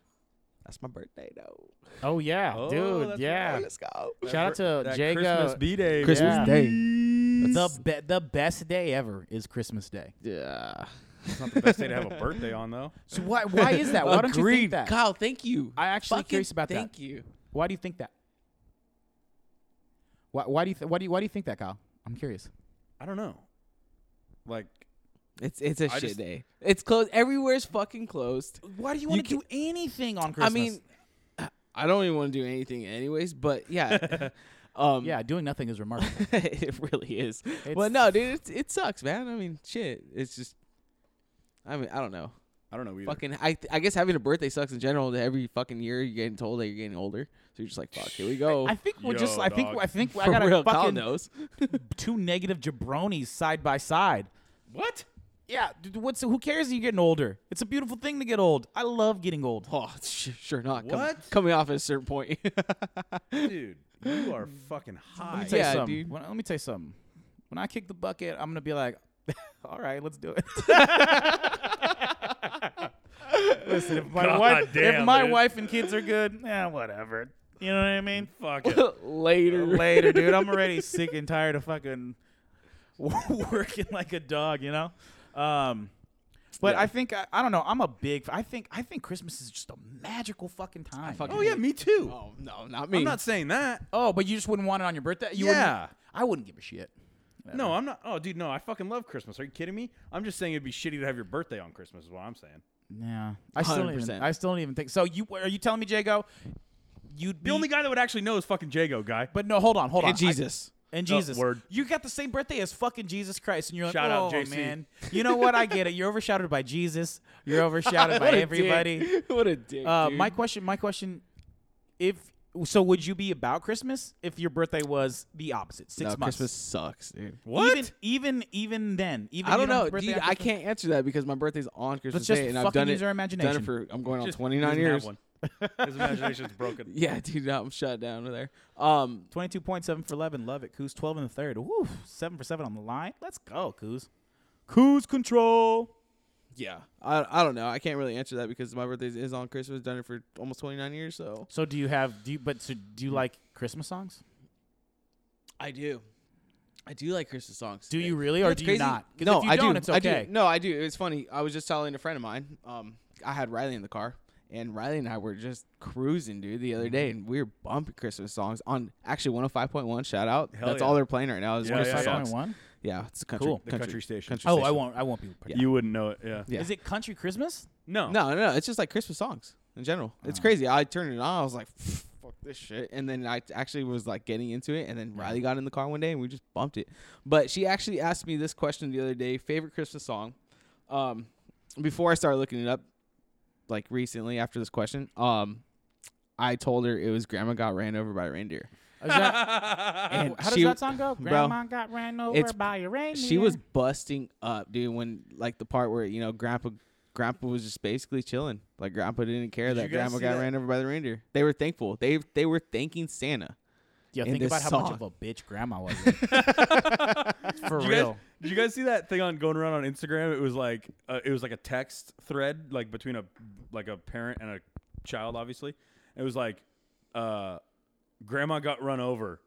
A: That's my birthday though.
D: it. Oh yeah,
B: Oh,
D: dude.
B: that's
D: Yeah.
A: Let's go.
D: Shout out to
B: That
D: Jago.
B: Christmas B day.
A: Christmas
D: Yeah.
A: Day.
D: The be- the best day ever is Christmas Day.
A: Yeah.
B: It's not the best day to have a birthday on though.
D: So why why is that? Why don't you think
A: Agreed.
D: that?
A: Kyle? Thank you.
D: I actually
A: Fucking
D: curious about that.
A: thank you.
D: Why do you think that? Why why do you th- why do you why do you think that, Kyle? I'm curious.
B: I don't know. Like,
A: It's it's a
B: I
A: shit
B: just-
A: day. It's closed. Everywhere's fucking closed.
D: Why do you
A: wanna
D: want to do anything on
A: I
D: Christmas?
A: mean, I don't even want to do anything, anyways. But yeah, um,
D: yeah, doing nothing is remarkable.
A: it really is. but no, dude, it, it sucks, man. I mean, shit, it's just. I mean, I don't know.
B: I don't know either.
A: Fucking, I I guess having a birthday sucks in general. That every fucking year you're getting told that you're getting older, so you're just like, fuck, here we go.
D: I think we're just.
B: Yo,
D: I think.
B: dog.
D: I think I
A: For
D: got
A: real,
D: a
A: Kyle
D: fucking
A: knows.
D: two negative jabronis side by side.
B: What?
D: Yeah. dude, What's who cares? if You're getting older. It's a beautiful thing to get old. I love getting old.
A: Oh, sh- sure not. Come-
B: What?
A: coming off at a certain point.
B: Dude, you are fucking high.
D: Let me tell
A: Yeah,
D: you something.
A: dude.
D: When- let me tell you something. When I kick the bucket, I'm gonna be like, "All right, let's do it." Listen, if my
B: God
D: wife,
B: damn,
D: if my
B: dude.
D: wife and kids are good, yeah, whatever. You know what I mean?
B: Fuck it.
A: Later.
D: Later, dude. I'm already sick and tired of fucking working like a dog. You know. Um, but I think I, I don't know. I'm a big. I think I think Christmas is just a magical fucking time.
A: fucking
B: Oh yeah, me too.
A: Oh no, not me.
B: I'm not saying that.
D: Oh, but you just wouldn't want it on your birthday. You wouldn't-
B: Yeah.
D: I wouldn't give a shit.
B: No, I'm not. Oh, dude, no, I fucking love Christmas. Are you kidding me? I'm just saying it'd be shitty to have your birthday on Christmas. Is what I'm saying.
D: Yeah, I still don't even.
A: 100%.
D: I still don't even think. So you are you telling me, Jago, you'd be
B: The only guy that would actually know is fucking Jago guy.
D: But no, hold on, hold on.
A: and
D: I-
A: Jesus.
D: and Jesus,
B: word.
D: you got the same birthday as fucking Jesus Christ, and you're like,
B: Shout
D: oh
B: out, JC.
D: man, you know what? I get it. You're overshadowed by Jesus. You're overshadowed by everybody.
A: what a dick.
D: Uh,
A: dude.
D: my question, my question, if so, would you be about Christmas if your birthday was the opposite, six
A: no,
D: months?
A: Christmas sucks, dude.
B: What?
D: Even even even then, even
A: I
D: you
A: don't know,
D: have a birthday
A: dude.
D: on
A: I
D: Christmas?
A: can't answer that because my birthday's on Christmas
D: just
A: Day, and I've
D: fucking
A: done
D: use
A: it.
D: our
A: Done
D: imagination.
A: it for I'm going on
B: Just-
A: 29
B: he doesn't have
A: years.
B: one. His imagination's broken.
A: Yeah, dude. no, I'm shut down over there. Um,
D: Twenty-two point seven for eleven. Love it. Coos twelve in the third. Woo, seven for seven on the line. Let's go, Coos. Coos control.
A: yeah. I I don't know. I can't really answer that because my birthday is on Christmas. Done it for almost 29 years, so
D: So do you have do you but so do you like Christmas songs?
A: I do. I do like Christmas songs.
D: Do
A: They-
D: you really,
A: You know,
D: or
A: it's
D: do you
A: crazy?
D: not? 'Cause
A: No,
D: if you
A: I
D: don't,
A: do.
D: It's
A: I do.
D: okay.
A: No, I do. It was funny. I was just telling a friend of mine. Um, I had Riley in the car, and Riley and I were just cruising, dude, the other day,
D: Mm-hmm.
A: and we were bumping Christmas songs on actually 105.1. Shout out.
B: Hell
A: That's
B: yeah.
A: all they're playing right now is
B: Yeah,
A: Christmas
B: yeah, oh yeah.
A: songs.
D: one.
A: Yeah, it's country.
D: Cool.
B: The country station.
A: Country
D: Oh,
A: station.
D: I won't. I won't be. Yeah.
B: You wouldn't know it. Yeah.
A: Yeah.
D: Is it country Christmas?
B: No.
A: No, no, no. It's just like Christmas songs in general. It's crazy. I turned it on. I was like, fuck this shit. And then I t- actually was like getting into it. And then Riley got in the car one day and we just bumped it. But she actually asked me this question the other day favorite Christmas song. Um, before I started looking it up, like recently after this question, um, I told her it was Grandma Got Ran Over by a Reindeer.
D: Is that,
A: And
D: how does
A: she-
D: that song go?
A: bro,
D: Grandma got ran over
A: it's-
D: by a reindeer.
A: she was busting up, dude. When like the part where you know grandpa, grandpa was just basically chilling. Like grandpa didn't care that
B: you guys
A: grandma
B: see
A: got
B: that?
A: ran over by the reindeer. They were thankful. They they were thanking Santa.
D: Yeah,
A: in
D: think
A: this
D: about how much
A: song.
D: of a bitch grandma was. For
B: Did you, guys,
D: real.
B: did you guys see that thing on going around on Instagram? It was like uh, it was like a text thread, like between a like a parent and a child, obviously. It was like, uh, "Grandma got run over.